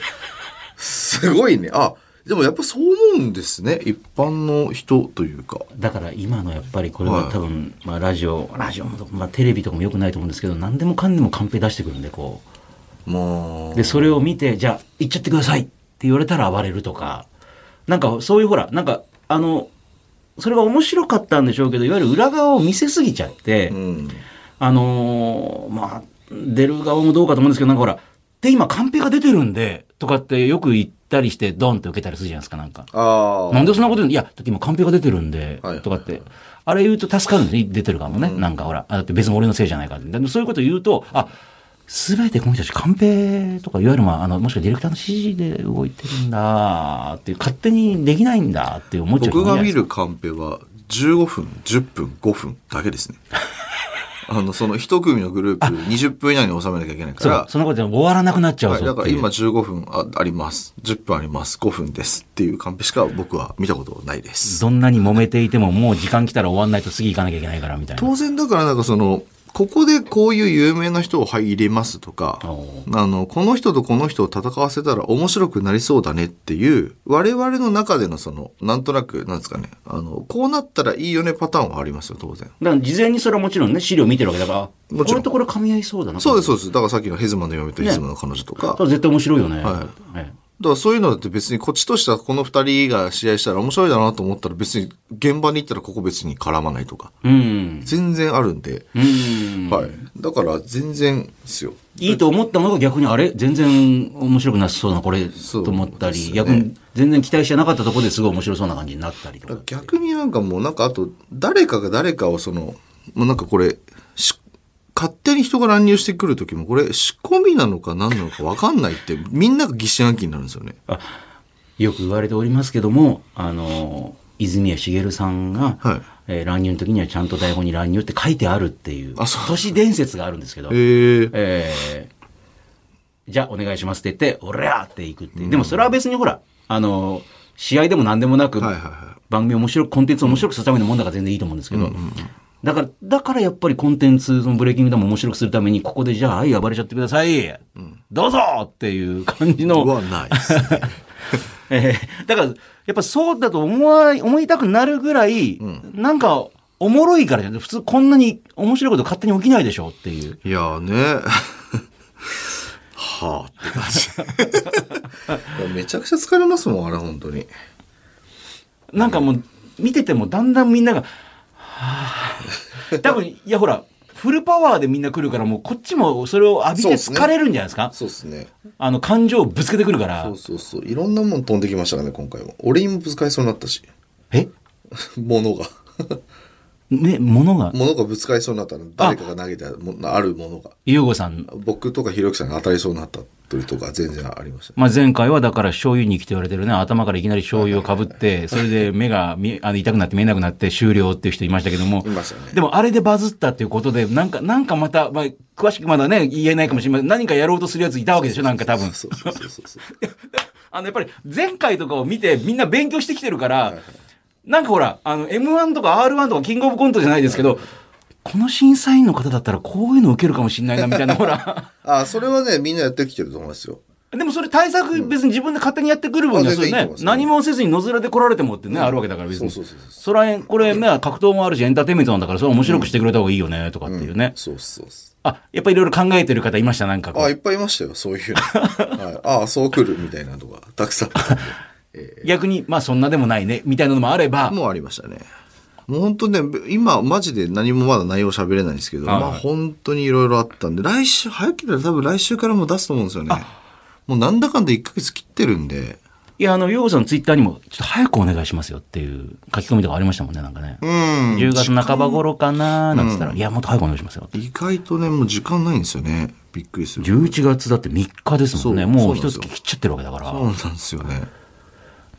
[SPEAKER 1] すごいね。あ、でもやっぱそう思うんですね。一般の人というか。
[SPEAKER 3] だから今のやっぱりこれは多分、まあラジオ、ラジオも、まあテレビとかも良くないと思うんですけど、何でもかんでもカンペ出してくるんで、こ
[SPEAKER 1] まあ
[SPEAKER 3] う。。で、それを見て、じゃあ、行っちゃってくださいって言われたら暴れるとか、なんかそういうほら、なんか、あの、それが面白かったんでしょうけど、いわゆる裏側を見せすぎちゃって、
[SPEAKER 1] うん。
[SPEAKER 3] あのーまあ、出る側もどうかと思うんですけど、なんかほら、で、今カンペが出てるんで、とかってよく言ったりして、ドンって受けたりするじゃないですか、なんか。
[SPEAKER 1] ああ。
[SPEAKER 3] なんでそんなこと言うのいや、だって今カンペが出てるんで
[SPEAKER 1] はい、
[SPEAKER 3] とかって。あれ言うと助かるんですね、出てる側もね。なんかほら、あだって別に俺のせいじゃないからって。でもそういうこと言うと、あ、すべてこの人たちカンペとか、いわゆるまあ、あの、もしくはディレクターの指示で動いてるんだっていう、勝手にできないんだって思っちゃう人
[SPEAKER 1] 僕が
[SPEAKER 3] もいる
[SPEAKER 1] 見
[SPEAKER 3] じゃないですか。
[SPEAKER 1] るカンペは15分、10分、5分だけ
[SPEAKER 3] <laughs>
[SPEAKER 1] ですね。あの、その一組のグループ20分以内に収めなきゃいけないか
[SPEAKER 3] そう
[SPEAKER 1] ら、、
[SPEAKER 3] そんなことでも終わらなくなっちゃう
[SPEAKER 1] はい、
[SPEAKER 3] ぞ
[SPEAKER 1] だ
[SPEAKER 3] っ
[SPEAKER 1] から
[SPEAKER 3] ていう。
[SPEAKER 1] 今15分ああります、10分あります、5分ですっていうカンペしか僕は見たことないです。
[SPEAKER 3] どんなに揉めていても、もう時間来たら終わんないと次行かなきゃいけないから、みたいな。
[SPEAKER 1] 当然だからなんかその、ここでこういう有名な人を入れますとか、
[SPEAKER 3] お
[SPEAKER 1] あの、この人とこの人を戦わせたら面白くなりそうだねっていう、我々の中でのその、なんとなく、なんですかね、あの、こうなったらいいよねパターンはありますよ、当然。
[SPEAKER 3] だから事前にそれはもちろんね、資料見てるわけだから、
[SPEAKER 1] もちろん
[SPEAKER 3] これとこれ噛み合いそうだな。
[SPEAKER 1] そうです、
[SPEAKER 3] こ
[SPEAKER 1] そうです。だからさっきのヘズマンの嫁とヘズマの彼女とか、
[SPEAKER 3] れ絶対面白いよね。
[SPEAKER 1] は
[SPEAKER 3] はい
[SPEAKER 1] だからそういうのだって別にこっちとしてはこの二人が試合したら面白いだなと思ったら別に現場に行ったらここ別に絡まないとか、
[SPEAKER 3] うん。
[SPEAKER 1] 全然あるんで、
[SPEAKER 3] うん。
[SPEAKER 1] はい。だから全然ですよ。
[SPEAKER 3] いいと思ったのが逆にあれ全然面白くなさそうなこれと
[SPEAKER 1] そう
[SPEAKER 3] 思ったり、
[SPEAKER 1] ですね
[SPEAKER 3] 逆に全然期待してなかったところですごい面白そうな感じになったりとか。
[SPEAKER 1] 逆になんかもうなんかあと誰かが誰かをそのもうなんかこれし勝手に人が乱入してくる時もこれ仕込みなのか何なのか分かんないってみんなが疑心暗鬼になるんですよね。
[SPEAKER 3] よく言われておりますけども、あの、泉谷茂さんが、
[SPEAKER 1] はい
[SPEAKER 3] えー乱入の時にはちゃんと台本に乱入って書いてあるっていう、
[SPEAKER 1] あそう
[SPEAKER 3] 都市伝説があるんですけど、
[SPEAKER 1] ええ
[SPEAKER 3] えーじゃあお願いしますって言って、おりゃーって行くっていう。でもそれは別にほら、あの、試合でも何でもなく、
[SPEAKER 1] はいはいは
[SPEAKER 3] 番組を面白く、コンテンツを面白くするためのもんだから全然いいと思うんですけど、だから、だからやっぱりコンテンツ、そのブレイキングダウンを面白くするために、ここでじゃあ、はい、暴れちゃってください、どうぞっていう感じ
[SPEAKER 1] い。
[SPEAKER 3] の、
[SPEAKER 1] はないですね。
[SPEAKER 3] <laughs> えーだから、やっぱそうだと思わ、思いたくなるぐらい、なんか、おもろいからじゃなくて普通こんなに面白いこと勝手に起きないでしょっていう。
[SPEAKER 1] いやーね。 <laughs> はあって感じいや。めちゃくちゃ疲れますもん、あれ本当に。
[SPEAKER 3] なんかもう、見ててもだんだんみんなが、はぁ多分、いやほら、フルパワーでみんな来るから、もうこっちもそれを浴びて疲れるんじゃないですか
[SPEAKER 1] そうですね。
[SPEAKER 3] あの、感情をぶつけてくるか
[SPEAKER 1] そ
[SPEAKER 3] ら
[SPEAKER 1] う。そうそう。いろんなもん飛んできましたからね、今回も。俺にもぶつかりそうになったし。 <laughs>
[SPEAKER 3] え
[SPEAKER 1] 物が。
[SPEAKER 3] ね、物が、
[SPEAKER 1] 物がぶつかりそうになったの。誰かが投げたものあるものが。
[SPEAKER 3] ゆうごさん。
[SPEAKER 1] 僕とかひろゆきさんが当たりそうになったというとか全然ありましたね。
[SPEAKER 3] まあ、前回はだから醤油に来て言われてるね、頭からいきなり醤油をかぶって、それで目が見あの痛くなって見えなくなって終了っていう人いましたけども
[SPEAKER 1] い、ましたね。
[SPEAKER 3] でもあれでバズったっていうことで、なんか、なんかまた、まあ、詳しくまだね、言えないかもしれません。何かやろうとするやついたわけでしょなんか多分。
[SPEAKER 1] そうそうそうそうそう。
[SPEAKER 3] あの、やっぱり前回とかを見てみんな勉強してきてるから、なんかほら、あの、M1 とか R1 とかキングオブコントじゃないですけど、この審査員の方だったらこういうの受けるかもしれないな、み
[SPEAKER 1] <laughs>
[SPEAKER 3] たいな、ほら。
[SPEAKER 1] あ、それはね、みんなやってきてると思いますよ。
[SPEAKER 3] でもそれ対策別に自分で勝手にやってくる分には
[SPEAKER 1] あ
[SPEAKER 3] それ
[SPEAKER 1] 全然いい
[SPEAKER 3] ね
[SPEAKER 1] と思いま、す
[SPEAKER 3] 何もせずに野面で来られてもってね、あるわけだから別
[SPEAKER 1] そう
[SPEAKER 3] に。
[SPEAKER 1] そうそうそう。
[SPEAKER 3] そらへん、これね、格闘もあるし、エンターテインメントなんだから、それは面白くしてくれた方がいいよね、とかっていうね。
[SPEAKER 1] そうそうそう。
[SPEAKER 3] あ、やっぱいろいろ考えてる方いました、なんかこ。
[SPEAKER 1] あ、いうっぱいいましたよ、そういうの。はい、ああ、そう来るみたいなのがたくさんあったん
[SPEAKER 3] 逆に、まあそんなでもないね、みたいなのもあれば
[SPEAKER 1] で。、もうありましたね。もう本当ね、今、マジで何もまだ内容喋れないんですけど、
[SPEAKER 3] はい
[SPEAKER 1] まあ本当にいろいろあったんで、来週、早ければ多分来週からも出すと思うんですよね。もうなんだかんだ1ヶ月切ってるんで、
[SPEAKER 3] いや、あの、ヨウさんのツイッターにも、ちょっと早くお願いしますよっていう書き込みとかありましたもんね、なんかね。
[SPEAKER 1] うん。
[SPEAKER 3] 10月半ば頃かなーなんつったら、いや、もっと早くお願いしますよって。
[SPEAKER 1] 意外とね、もう時間ないんですよね。びっくりする。
[SPEAKER 3] 11月だって3日ですもんね。
[SPEAKER 1] そう
[SPEAKER 3] も
[SPEAKER 1] そうな
[SPEAKER 3] う
[SPEAKER 1] ん
[SPEAKER 3] 一
[SPEAKER 1] です
[SPEAKER 3] 月
[SPEAKER 1] よ
[SPEAKER 3] 切っちゃってるわけだから。
[SPEAKER 1] そうなんですよね。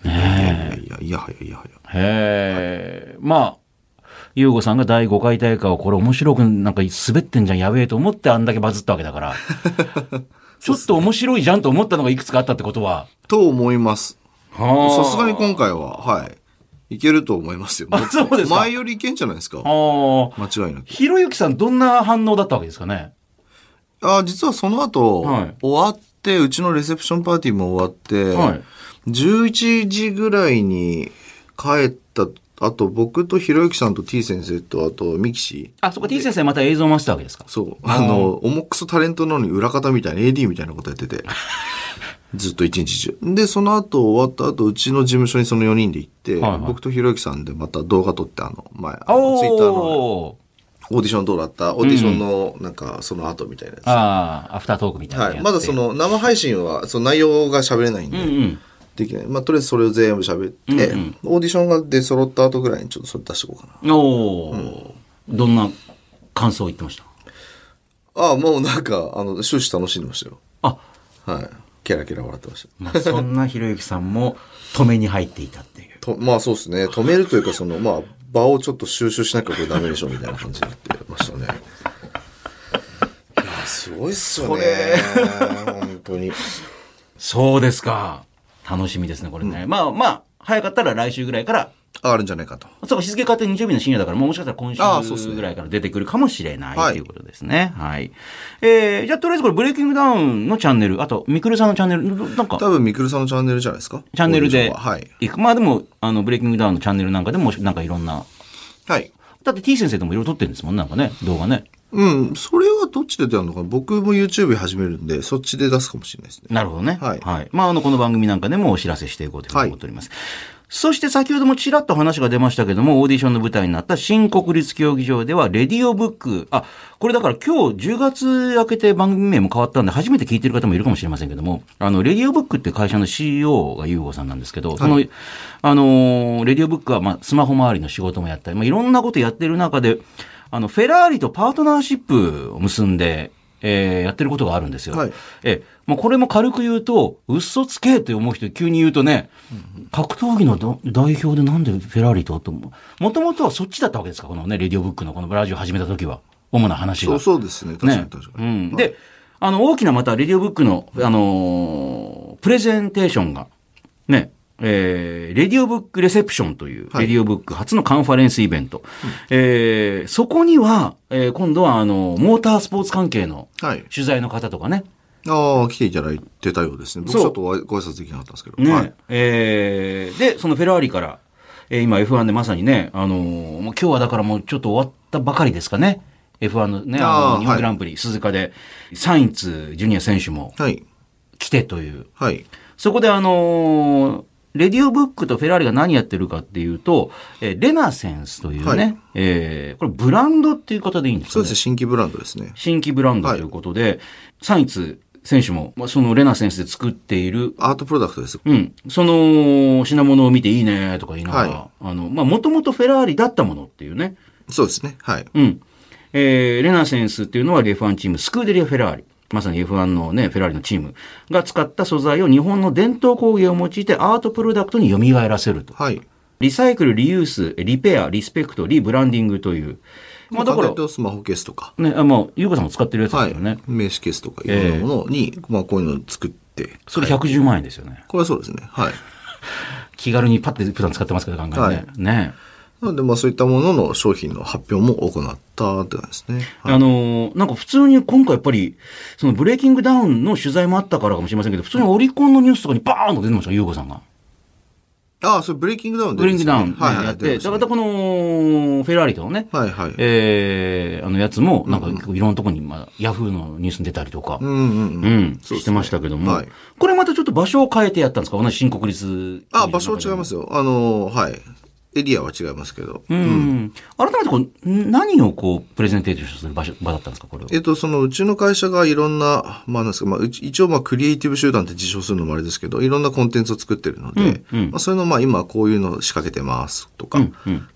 [SPEAKER 3] ね
[SPEAKER 1] いやいやいやいやはやいやはや。
[SPEAKER 3] え。へえ。まあ、ユーゴさんが第5回大会をこれ面白くなんか滑ってんじゃん、やべえと思ってあんだけバズったわけだ <laughs> から。ちょっと面白いじゃんと思ったのがいくつかあったってことは。
[SPEAKER 1] と思います。
[SPEAKER 3] は
[SPEAKER 1] さすがに今回は、はい。いけると思いますよ。
[SPEAKER 3] あそうですか
[SPEAKER 1] 前よりいけんじゃないですか。
[SPEAKER 3] ああ。
[SPEAKER 1] 間違いなく。
[SPEAKER 3] ひろゆきさんどんな反応だったわけですかね
[SPEAKER 1] あ実はその後、
[SPEAKER 3] はい
[SPEAKER 1] 終わって、うちのレセプションパーティーも終わって、
[SPEAKER 3] はい
[SPEAKER 1] 11時ぐらいに帰った、あと僕とひろゆきさんと T 先生と、あとミキシー。
[SPEAKER 3] あ、そこ T 先生また映像回したわけですか
[SPEAKER 1] そう。あの、重くそタレントなのに裏方みたいな AD みたいなことやって
[SPEAKER 3] <laughs>
[SPEAKER 1] て。ずっと一日中。で、その後終わった後、うちの事務所にその4人で行って、
[SPEAKER 3] はいはい
[SPEAKER 1] 僕とひろゆきさんでまた動画撮って、あの、前、あのツイッターの
[SPEAKER 3] おー
[SPEAKER 1] オーディションどうだったオーディションの、なんか、その後みたいなやつ。
[SPEAKER 3] ああ、アフタートークみたいなのや
[SPEAKER 1] は
[SPEAKER 3] って。
[SPEAKER 1] い。まだその、生配信は、その内容が喋れないんで、
[SPEAKER 3] うんうん。
[SPEAKER 1] できない。まあ、とりあえずそれを全部喋って、オーディションが出揃った後ぐらいにちょっとそれ出していこうかな。
[SPEAKER 3] おーどんな感想を言ってました
[SPEAKER 1] ああ、もうなんか、あの、終始楽しんでましたよ。
[SPEAKER 3] あ、
[SPEAKER 1] はい。キラキラ笑ってました。
[SPEAKER 4] まあ、そんなひろゆきさんも止めに入っていたっていう。
[SPEAKER 1] とまあそうですね。止めるというか、その、まあ、場をちょっと収集しなきゃこれダメでしょ、みたいな感じになってましたね。いや、すごいっすよね。本当に。
[SPEAKER 4] そうですか。楽しみですね、これね。まあまあ、早かったら来週ぐらいから、
[SPEAKER 1] あるんじゃないかと。
[SPEAKER 4] そうか、日付変わって日曜日の深夜だから、もうもしかしたら今
[SPEAKER 1] ああそうっす
[SPEAKER 4] 週
[SPEAKER 1] ね
[SPEAKER 4] ぐらいから出てくるかもしれない、
[SPEAKER 1] はい
[SPEAKER 4] ということですね。はい。えー、じゃあとりあえずこれブレイキングダウンのチャンネル、あと、みくるさんのチャンネル、どなんか、
[SPEAKER 1] 多分、みくるさんのチャンネルじゃないですか。
[SPEAKER 4] チャンネルで
[SPEAKER 1] はい。
[SPEAKER 4] 行く。まあでも、あの、ブレイキングダウンのチャンネルなんかでも、なんかいろんな、
[SPEAKER 1] はい。
[SPEAKER 3] だって T 先生ともいろいろ撮ってるんですもんねなんかね、動画ね。
[SPEAKER 1] うん、それはどっちで出るのかな僕も YouTube 始めるんで、そっちで出すかもしれないですね。
[SPEAKER 4] なるほどね。は。
[SPEAKER 1] はいい
[SPEAKER 4] まあ、あの、この番組なんかでもお知らせしていこうというふうに思っております。そして先ほどもちらっと話が出ましたけども、オーディションの舞台になった新国立競技場では、レディオブック、あ、これだから今日10月明けて番組名も変わったんで、初めて聞いてる方もいるかもしれませんけども、あの、レディオブックっていう会社の CEO がユーゴさんなんですけど、その、あのー、レディオブックは、まあ、スマホ周りの仕事もやったり、まあ、いろんなことやってる中で、あの、フェラーリとパートナーシップを結んで、えーやってることがあるんですよ。
[SPEAKER 1] はい
[SPEAKER 3] ええ、まあ、これも軽く言うと、嘘つけって思う人、急に言うとね、格闘技のど代表でなんでフェラーリとと思う。もともとはそっちだったわけですか、このね、レディオブックのこのラジオ始めた時は。主な話
[SPEAKER 1] そ
[SPEAKER 3] が
[SPEAKER 1] う。そうですね。確かに
[SPEAKER 3] ね
[SPEAKER 1] 確。か
[SPEAKER 3] う
[SPEAKER 1] に。
[SPEAKER 3] ん。で、あの、大きなまた、レディオブックの、あのープレゼンテーションが、ね、えーレディオブックレセプションという、
[SPEAKER 1] はい
[SPEAKER 3] レディオブック初のカンファレンスイベント。えーそこには、えー今度は、あの、モータースポーツ関係の
[SPEAKER 1] はい。
[SPEAKER 3] 取材の方とかね、
[SPEAKER 1] ああ、来ていただいてたようですね。僕
[SPEAKER 3] そう
[SPEAKER 1] ちょっとご挨拶できなかったんですけど。
[SPEAKER 4] ね、
[SPEAKER 1] はい。
[SPEAKER 4] えー、で、そのフェラーリから、
[SPEAKER 3] えー今 F1 でまさにね、あのーもう今日はだからもうちょっと終わったばかりですかね。F1 のね、あ
[SPEAKER 1] あー
[SPEAKER 3] の日本
[SPEAKER 1] はい
[SPEAKER 3] グランプリ、鈴鹿で、サインツジュニア選手も
[SPEAKER 1] はい。
[SPEAKER 3] 来てという。
[SPEAKER 1] はい。
[SPEAKER 3] そこであのーレディオブックとフェラーリが何やってるかっていうと、えーレナセンスというね、
[SPEAKER 1] はい
[SPEAKER 3] えーこれブランドっていう方でいいんです
[SPEAKER 1] そ
[SPEAKER 3] か
[SPEAKER 1] う
[SPEAKER 3] ね
[SPEAKER 1] ですね。新規ブランドですね。
[SPEAKER 3] 新規ブランドということで、サインツ選手も、まあそのレナセンスで作っている
[SPEAKER 1] アートプロダクトです。
[SPEAKER 3] うん。その品物を見ていいねとか言いながら、
[SPEAKER 1] は
[SPEAKER 3] あの、まあ、もともとフェラーリだったものっていうね。
[SPEAKER 1] そうですね。はい。
[SPEAKER 3] うん。えー、レナセンスっていうのは F1 チーム、スクーデリア・フェラーリ。まさに F1 のね、フェラーリのチームが使った素材を日本の伝統工芸を用いてアートプロダクトに蘇らせると。
[SPEAKER 1] はい。
[SPEAKER 3] リサイクル、リユース、リペア、リスペクト、リブランディングという。まあ、だか
[SPEAKER 1] 簡単に言
[SPEAKER 3] ら
[SPEAKER 1] う、とスマホケースとか、
[SPEAKER 3] ね、あまあ、ゆうかさんも使ってるやつで
[SPEAKER 1] は
[SPEAKER 3] す
[SPEAKER 1] い
[SPEAKER 3] よね。。
[SPEAKER 1] 名刺ケースとか、いろんなものに、まあこういうのを作って。
[SPEAKER 3] それ110万円ですよね。
[SPEAKER 1] これはそうですね。はい。
[SPEAKER 3] 気軽にパッて普段使ってますけど、考えね。
[SPEAKER 1] はい
[SPEAKER 3] ね。
[SPEAKER 1] なので、まあそういったものの商品の発表も行ったって感じですね。はい
[SPEAKER 3] あのーなんか普通に今回やっぱり、そのブレイキングダウンの取材もあったからかもしれませんけど、普通にオリコンのニュースとかにバーンと出てましたよ、ゆうごさんが。
[SPEAKER 1] ああ、それブレイキングダウンで
[SPEAKER 3] ブレイキングダウンね
[SPEAKER 1] はいはい
[SPEAKER 3] やって、だから
[SPEAKER 1] 出て
[SPEAKER 3] この、フェラーリとのね、
[SPEAKER 1] ましたねはいはい。
[SPEAKER 3] えー、あのやつも、なんか結構いろんなとこに、まあ、ヤフーのニュースに出たりとか、
[SPEAKER 1] うんうんうん。
[SPEAKER 3] うん、
[SPEAKER 1] そうですね
[SPEAKER 3] してましたけども、
[SPEAKER 1] はい
[SPEAKER 3] これまたちょっと場所を変えてやったんですか同じ新国立。
[SPEAKER 1] あ、場所は違いますよ。あの、はい。エリアは違いますけど。
[SPEAKER 3] うん。改めてこうん、何をこう、プレゼンテーションする場所、場だったんですかこれは。
[SPEAKER 1] えっと、そのうちの会社がいろんな、まあなんですか、まあうち一応まあクリエイティブ集団って自称するのもあれですけど、いろんなコンテンツを作ってるので、まあそういうのまあ今こういうの仕掛けてますとか、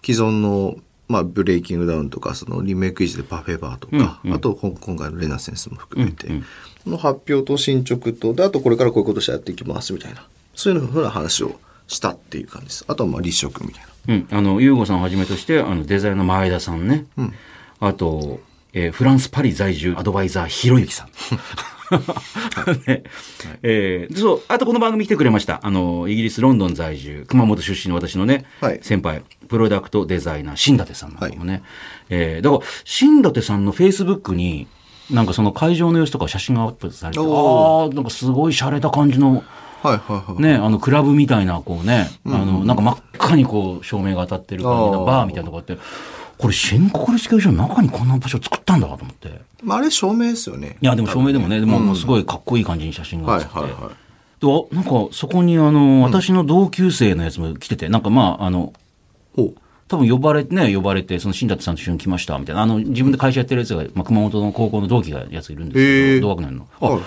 [SPEAKER 1] 既存のまあブレイキングダウンとか、そのリメイク維持でパフェバーとか、あとこん今回のレナセンスも含めて、の発表と進捗と、で、あとこれからこういうことしてやっていきますみたいな、そういうふうな話をしたっていう感じです。あとはまあ立食みたいな。
[SPEAKER 3] うん、あの、ゆうごさんをはじめとして、あの、デザイナーの前田さんね。あと、えーフランス・パリ在住アドバイザー、ひろ
[SPEAKER 1] <laughs>
[SPEAKER 3] ゆきさん。ねえーそう、あとこの番組来てくれました。あの、イギリス・ロンドン在住、熊本出身の私のね、
[SPEAKER 1] はい
[SPEAKER 3] 先輩、プロダクトデザイナー、新舘さんなんかもね。えーだから、新舘さんのフェイスブックに、なんかその会場の様子とか写真がアップされて、ああ
[SPEAKER 1] お
[SPEAKER 3] ー、なんかすごい洒落た感じの
[SPEAKER 1] はいはいはい。
[SPEAKER 3] ね、あの、クラブみたいな、こうね、あの、なんか真っ赤にこう、照明が当たってる感じの
[SPEAKER 1] あー
[SPEAKER 3] バーみたいなとこあって、これ、新国立競技場の中にこんな場所作ったんだと思って。
[SPEAKER 1] まあ、あれ照明ですよね。
[SPEAKER 3] いや、でも照明でもね、でも
[SPEAKER 1] うん
[SPEAKER 3] もうすごいかっこいい感じに写真が
[SPEAKER 1] はい
[SPEAKER 3] 写って。
[SPEAKER 1] はいは
[SPEAKER 3] であなんか、そこにあの、私の同級生のやつも来てて、なんかまあ、あの、
[SPEAKER 1] い。ほう。
[SPEAKER 3] 多分呼ばれてね、呼ばれて、その新達さんと一緒に来ました、みたいな。あの、自分で会社やってるやつが、まあ、熊本の高校の同期がやついるんです
[SPEAKER 1] へー
[SPEAKER 3] けど、同学年の。
[SPEAKER 1] はい
[SPEAKER 3] あ、
[SPEAKER 1] は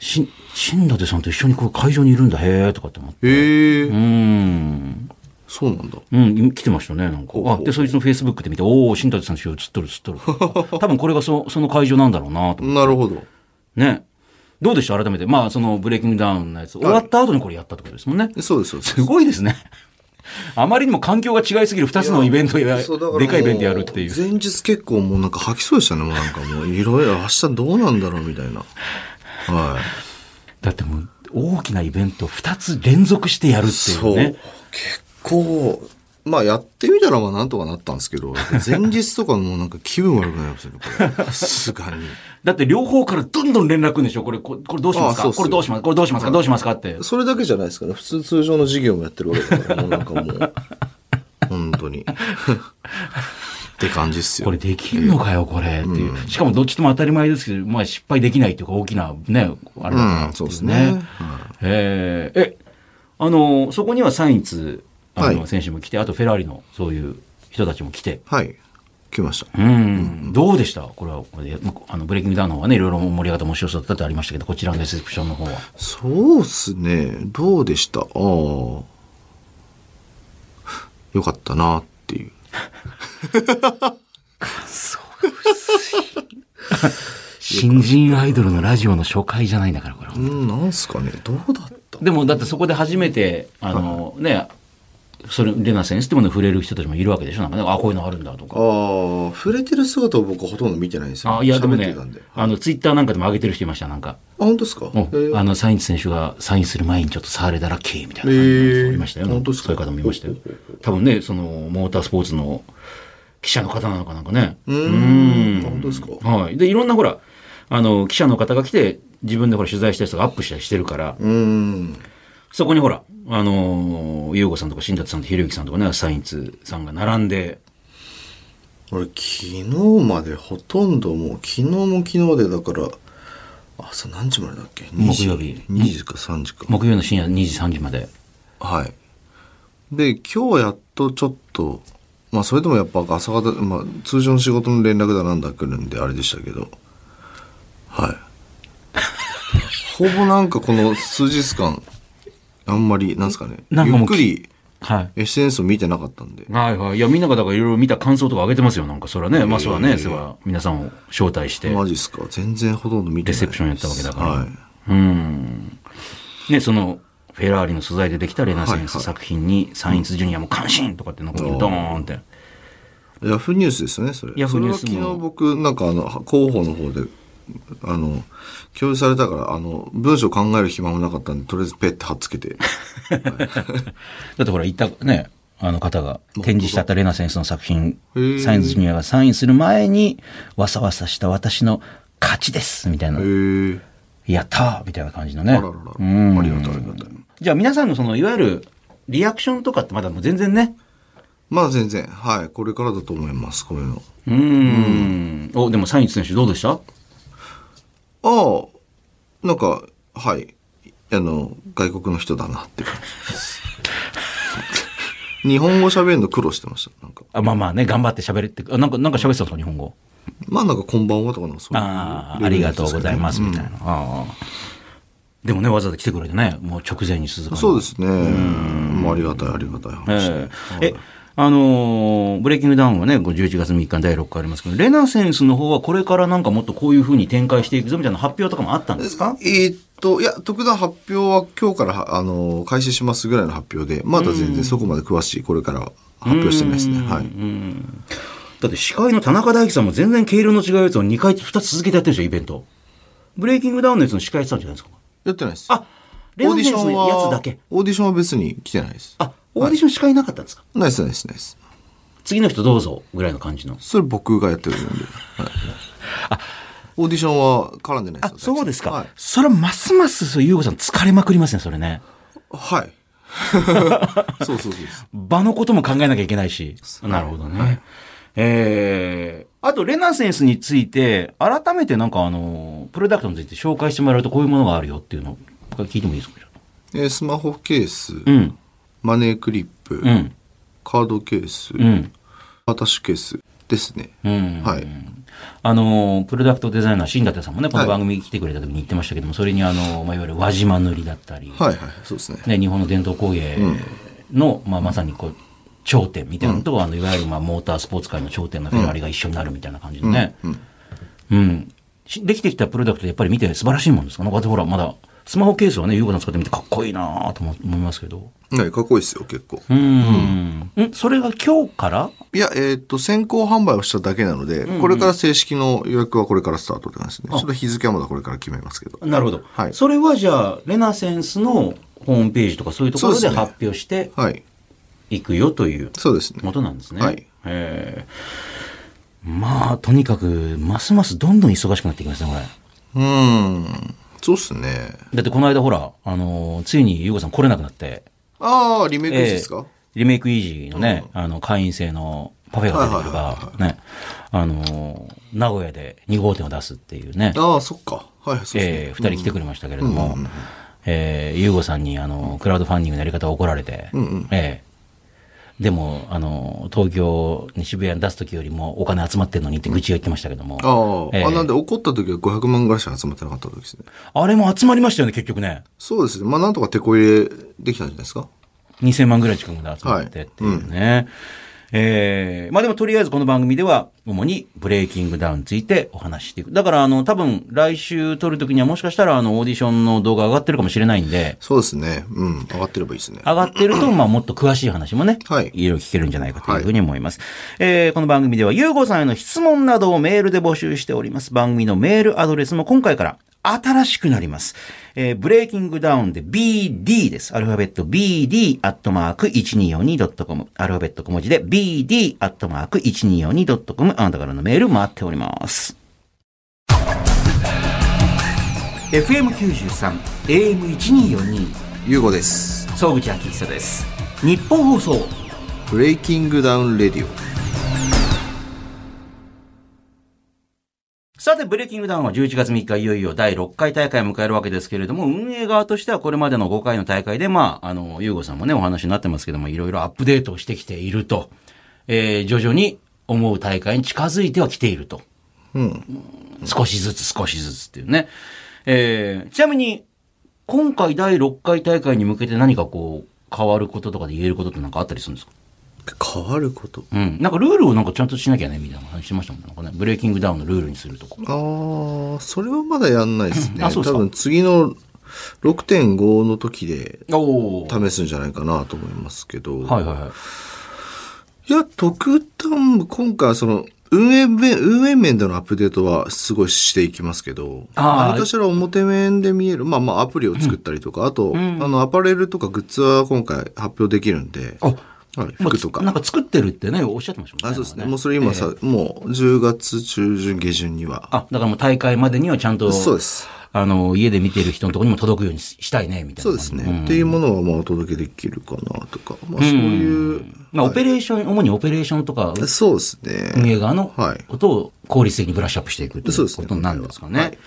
[SPEAKER 3] し、新達さんと一緒にこう会場にいるんだ、へーとかって思って。
[SPEAKER 1] い。へえ
[SPEAKER 3] うーん。
[SPEAKER 1] そうなんだ。
[SPEAKER 3] うん、来てましたね、なんか
[SPEAKER 1] ほう。ほう
[SPEAKER 3] あ、で、そいつのフェイスブックで見て、おお新達さんの人映っとる、映っとる。
[SPEAKER 1] <laughs>
[SPEAKER 3] あ多分これがそその会場なんだろうなと。
[SPEAKER 1] なるほど。
[SPEAKER 3] ね。どうでした改めて。まあ、そのブレイキングダウンのやつ、終わった後にこれやったってことですもんね。
[SPEAKER 1] そうですそうです。
[SPEAKER 3] すごいですね。 <laughs> あまりにも環境が違いすぎる2つのイベントや、でかいイベントやるっていう。
[SPEAKER 1] 前日結構もうなんか吐きそうでしたね。もうなんかもういろいろ明日どうなんだろうみたいな。は
[SPEAKER 3] だってもう、大きなイベント2つ連続してやる
[SPEAKER 1] い。
[SPEAKER 3] ってい
[SPEAKER 1] そうう。
[SPEAKER 3] ね
[SPEAKER 1] 結。構、まあやってみたらまあなんとかなったんですけど、前日とかもうなんか気分悪くなりますよね、これ。さすがに。
[SPEAKER 3] だって両方からどんどん連絡来るんでしょこれ、ここれどうします
[SPEAKER 1] あそ
[SPEAKER 3] か
[SPEAKER 1] うっすよ
[SPEAKER 3] これどうしますかこれどうしますかどうしますかって。
[SPEAKER 1] それだけじゃないですかね。普通通常の授業もやってるわけだから、もうなんかもう、本当に。って感じっすよ。
[SPEAKER 3] これできんのかよ、これ。っていう。しかもどっちとも当たり前ですけど、まあ失敗できないというか大きなね、あれだか
[SPEAKER 1] う
[SPEAKER 3] ら
[SPEAKER 1] ん
[SPEAKER 3] って
[SPEAKER 1] そ
[SPEAKER 3] いう
[SPEAKER 1] ですね。
[SPEAKER 3] えーえ、あの、そこにはサインツ、あ
[SPEAKER 1] は
[SPEAKER 3] の、
[SPEAKER 1] い
[SPEAKER 3] 選手も来て、あとフェラーリのそういう人たちも来て。
[SPEAKER 1] はい。来ました。
[SPEAKER 3] うん、どうでしたこれは、これでまああの、ブレイキングダウンの方はね、いろいろ盛り上がった面白さだったってありましたけど、こちらのレセプションの方は。
[SPEAKER 1] そうっすね。どうでしたああ。よかったなっていう。
[SPEAKER 3] 新人アイドルのラジオの初回じゃないんだから、これは
[SPEAKER 1] うん、なんすかね。どうだった
[SPEAKER 3] でも、だってそこで初めて、あの、ね、それ、レナセンスってものに触れる人たちもいるわけでしょなんかね、あ、こういうのあるんだとか。
[SPEAKER 1] ああ、触れてる姿を僕はほとんど見てないんですよ。
[SPEAKER 3] あ、いや、でも
[SPEAKER 1] 喋って
[SPEAKER 3] ね
[SPEAKER 1] たんで。、あ、
[SPEAKER 3] あの、ツイッターなんかでも上げてる人いました、なんか。
[SPEAKER 1] 本当ですか
[SPEAKER 3] うん
[SPEAKER 1] えー
[SPEAKER 3] あの、サインツ選手がサインする前にちょっと触れたらけみたいな感じの人おりましたよ。
[SPEAKER 1] えー本当ですか
[SPEAKER 3] そういう方もいましたよ。多分ね、その、モータースポーツの記者の方なのかなんかね。
[SPEAKER 1] うーん。本当ですか
[SPEAKER 3] はい。で、いろんなほら、あの、記者の方が来て、自分でほら取材したやつがアップしたりしてるから、
[SPEAKER 1] うーん。
[SPEAKER 3] そこにほら、あのー、ゆうごさんとか新達さんとひろゆきさんとかね、サインツさんが並んで、
[SPEAKER 1] 俺昨日までほとんどもう昨日も昨日でだから朝何時までだっけ2時
[SPEAKER 3] 木曜日
[SPEAKER 1] 2時か3時か
[SPEAKER 3] 木曜の深夜2時3時まで。
[SPEAKER 1] はいで今日やっとちょっとまあそれでもやっぱ朝方、まあ、通常の仕事の連絡だなんだ来るんであれでしたけどはい <laughs> ほぼなんかこの数日間あんまりなんですかね
[SPEAKER 3] なん
[SPEAKER 1] ゆ
[SPEAKER 3] かも
[SPEAKER 1] っ
[SPEAKER 3] う
[SPEAKER 1] くり
[SPEAKER 3] はい。
[SPEAKER 1] SNS を見てなかったんで
[SPEAKER 3] はいはい。いや、みんながだからいろいろ見た感想とか上げてますよ。なんか、それはね、まあ、それはね、それは皆さんを招待して、
[SPEAKER 1] マジっすか全然ほとんど見てな
[SPEAKER 3] レ
[SPEAKER 1] い
[SPEAKER 3] セプションやったわけだから。
[SPEAKER 1] はい
[SPEAKER 3] うん。ね、その、フェラーリの素材でできたレナセン
[SPEAKER 1] はいは
[SPEAKER 3] ス
[SPEAKER 1] い
[SPEAKER 3] 作品に、サインツジュニアも感心とかって、なんかドーンって。
[SPEAKER 1] ヤフーニュースですね、それ。
[SPEAKER 3] ヤフーニュースも
[SPEAKER 1] それは昨日僕、なんかあの、広報の方で、あの、共有されたから、あの、文章考える暇もなかったんで、とりあえずペッて貼っつけ
[SPEAKER 3] <laughs>
[SPEAKER 1] て。
[SPEAKER 3] だってほら、言ったね、あの方が展示してあったレナセンスの作品
[SPEAKER 1] へ、ー
[SPEAKER 3] サインズジュニアがサインする前に、わさわさした私の勝ちですみたいな
[SPEAKER 1] へ、え。
[SPEAKER 3] やったーみたいな感じの
[SPEAKER 1] あ
[SPEAKER 3] ね
[SPEAKER 1] ららら。。ら
[SPEAKER 3] うん
[SPEAKER 1] ありがたい、ありがたい。
[SPEAKER 3] じゃあ皆さんのその、いわゆる、リアクションとかってまだもう全然ね。
[SPEAKER 1] まあ全然、はい、これからだと思います、こういうの。
[SPEAKER 3] うん。お、でもサインズ選手どうでした
[SPEAKER 1] ああ、なんか、はい、あの、外国の人だな
[SPEAKER 3] <laughs>
[SPEAKER 1] って感じです。日本語喋るの苦労してました、なんか。
[SPEAKER 3] あまあまあね、頑張って喋れって、あなんか、なんか喋ってたんですか、日本語。
[SPEAKER 1] まあなんか、こんばんはとかなんかそういう
[SPEAKER 3] ああ、
[SPEAKER 1] レ
[SPEAKER 3] あ
[SPEAKER 1] ベ
[SPEAKER 3] り
[SPEAKER 1] ル
[SPEAKER 3] が
[SPEAKER 1] ですけ
[SPEAKER 3] と
[SPEAKER 1] ど
[SPEAKER 3] うございます、みたいな。ああでもね、わざわざ来てくれてね、もう直前に鈴鹿に
[SPEAKER 1] そうですね。まあありがたい、ありがたい話。
[SPEAKER 3] えええ、あのーブレイキングダウンはね、こう11月3日に第6回ありますけど、レナセンスの方はこれからなんかもっとこういうふうに展開していくぞみたいな発表とかもあったんですか
[SPEAKER 1] えーっと、いや、特段発表は今日からは、あの、開始しますぐらいの発表で、まだ全然そこまで詳しい、これからは発表してないですね。はい。
[SPEAKER 3] だって司会の田中大樹さんも全然軽量の違うやつを2回、2つ続けてやってるでしょ、イベント。ブレイキングダウンのやつの司会やってたんじゃないですか。
[SPEAKER 1] やってないです。
[SPEAKER 3] あ、レナセンスのやつだけ。
[SPEAKER 1] オーディションは別に来てないです。
[SPEAKER 3] あ、オーディション司会なかったんですか、
[SPEAKER 1] ないです、ないです、ないです。
[SPEAKER 3] 次の人どうぞぐらいの感じの。
[SPEAKER 1] それ僕がやってるんで。オーディションは絡んでないです
[SPEAKER 3] あ
[SPEAKER 1] よ、
[SPEAKER 3] そうですか。
[SPEAKER 1] はい。
[SPEAKER 3] それはますます、そう、ゆうごさん疲れまくりますね、それね。 <laughs>
[SPEAKER 1] はい、そうそうそうです。
[SPEAKER 3] 場のことも考えなきゃいけないし。なるほどね。えー、あと、レナセンスについて、改めてなんかあの、プロダクトについて紹介してもらうとこういうものがあるよっていうのを、聞いてもいいですか
[SPEAKER 1] えースマホケース、
[SPEAKER 3] うん。
[SPEAKER 1] マネークリップ、
[SPEAKER 3] うん。
[SPEAKER 1] カードケース、
[SPEAKER 3] うん。
[SPEAKER 1] アタッシュケースですね。
[SPEAKER 3] うん。
[SPEAKER 1] はい。
[SPEAKER 3] あの、プロダクトデザイナー、新舘さんもね、この番組に来てくれた時に言ってましたけども、それにあの、まあ、いわゆる輪島塗りだったり、
[SPEAKER 1] はいはい、そうですね。
[SPEAKER 3] ね、日本の伝統工芸の、まあ、まさにこう、頂点みたいなのと、あの、いわゆる、まあ、モータースポーツ界の頂点のフェラーリが一緒になるみたいな感じのね。うん。しできてきたプロダクトやっぱり見て素晴らしいもんですかなんかほら、まだ、スマホケースはね、優子さん使ってみてかっこいいなぁと思思いますけど。
[SPEAKER 1] はい、かっこいいですよ、結構。
[SPEAKER 3] うん。ん、それが今日から
[SPEAKER 1] いや、えっ、と、先行販売をしただけなので、これから正式の予約はこれからスタートって感じですね。ちょっと日付はまだこれから決めますけど。
[SPEAKER 3] なるほど。
[SPEAKER 1] はい
[SPEAKER 3] それはじゃあ、レナセンスのホームページとかそういうところ
[SPEAKER 1] そうで
[SPEAKER 3] で
[SPEAKER 1] ね
[SPEAKER 3] す発表して
[SPEAKER 1] はい、
[SPEAKER 3] いくよという
[SPEAKER 1] そうですね。
[SPEAKER 3] ことなんですね。
[SPEAKER 1] はい
[SPEAKER 3] えーまあ、とにかく、ますますどんどん忙しくなってきますね、こ
[SPEAKER 1] う
[SPEAKER 3] れ。
[SPEAKER 1] ーん、そうっすね。
[SPEAKER 3] だってこの間ほら、あのーついに優子さん来れなくなって、
[SPEAKER 1] ああ、リメイクです
[SPEAKER 3] え
[SPEAKER 1] か、
[SPEAKER 3] リメイクイージーのね、あの、会員制のパフェが出てくるが、ね、あのー名古屋で2号店を出すっていうね、
[SPEAKER 1] ああ、そっか。はい、そうですね。
[SPEAKER 3] えー、2人来てくれましたけれども、えー、ゆうごさんに、あの、クラウドファンディングのやり方を怒られて、えーでも、あの、東京に渋谷に出す時よりもお金集まってんのにって愚痴を言ってましたけども、
[SPEAKER 1] ああ、
[SPEAKER 3] ええ
[SPEAKER 1] あ、なんで怒った時は500万ぐらいしか集まってなかった時ですね。
[SPEAKER 3] あれも集まりましたよね、結局ね。
[SPEAKER 1] そうですね。まあ、なんとか手こ入れできたんじゃないですか。
[SPEAKER 3] 2000万ぐらい近くまで集まってっていうね。ええまあでもとりあえずこの番組では主にブレイキングダウンについてお話ししていく。だからあの多分来週撮るときにはもしかしたらあのオーディションの動画上がってるかもしれないんで、
[SPEAKER 1] そうですね。うん、上がってればいいですね。
[SPEAKER 3] 上がってると、まあ、もっと詳しい話もね、
[SPEAKER 1] <coughs> はい
[SPEAKER 3] いろいろ聞けるんじゃないかというふうに思います。えー、この番組では、ゆうごさんへの質問などをメールで募集しております。番組のメールアドレスも今回から新しくなります。えー、ブレイキングダウンで BD です。アルファベット BD アットマーク 1242.com。アルファベット小文字で BD アットマーク 1242.com。あなたからのメール待っております。FM93、AM1242。
[SPEAKER 1] ゆうごです。
[SPEAKER 3] 総口昭久です日本放送
[SPEAKER 1] ブレイキングダウンレディオ。
[SPEAKER 3] さて、ブレイキングダウンは11月3日、いよいよ第6回大会を迎えるわけですけれども、運営側としてはこれまでの5回の大会で、まあ、あの、ゆうごさんもね、お話になってますけども、いろいろアップデートをしてきていると、えー、徐々に思う大会に近づいてはきていると。うん。少しずつ少しずつっていうね。えー、ちなみに、今回第6回大会に向けて何かこう、変わることとかで言えることってなんかあったりするんですか
[SPEAKER 1] 変わること。
[SPEAKER 3] うん。なんかルールをなんかちゃんとしなきゃね、みたいな話してましたもんね。なんかねブレイキングダウンのルールにするとか。
[SPEAKER 1] ああ、それはまだやんないですね。
[SPEAKER 3] <laughs> あそうです
[SPEAKER 1] 多
[SPEAKER 3] か
[SPEAKER 1] 分次の6.5の時で
[SPEAKER 3] おお。
[SPEAKER 1] 試すんじゃないかなと思いますけど。
[SPEAKER 3] はいはいは
[SPEAKER 1] い
[SPEAKER 3] い。
[SPEAKER 1] や、特段、今回はその、運営面、運営面でのアップデートはすごいしていきますけど、
[SPEAKER 3] あー
[SPEAKER 1] 何かしら表面で見える、まあまあアプリを作ったりとか、あと、あの、アパレルとかグッズは今回発表できるんで、
[SPEAKER 3] あ、
[SPEAKER 1] はい、
[SPEAKER 3] まあ
[SPEAKER 1] 服とか。
[SPEAKER 3] なんか作ってるってね、おっしゃってましたもん
[SPEAKER 1] あ
[SPEAKER 3] ね。
[SPEAKER 1] そうですね。
[SPEAKER 3] なんか
[SPEAKER 1] もうそれ今さ、もう10月中旬下旬には。
[SPEAKER 3] あ、だからもう大会までにはちゃんと、
[SPEAKER 1] そうです。
[SPEAKER 3] あの、家で見てる人のところにも届くようにししたいね、みたいな。
[SPEAKER 1] そうですね。っていうものはまあお届けできるかなとか、まあそういう、
[SPEAKER 3] まあ、オペレーション、主にオペレーションとか、
[SPEAKER 1] そうですね。
[SPEAKER 3] 運営側の
[SPEAKER 1] はい
[SPEAKER 3] ことを効率的にブラッシュアップしていくとい
[SPEAKER 1] そう
[SPEAKER 3] う
[SPEAKER 1] です
[SPEAKER 3] こ
[SPEAKER 1] ね
[SPEAKER 3] となんですかね。
[SPEAKER 1] はい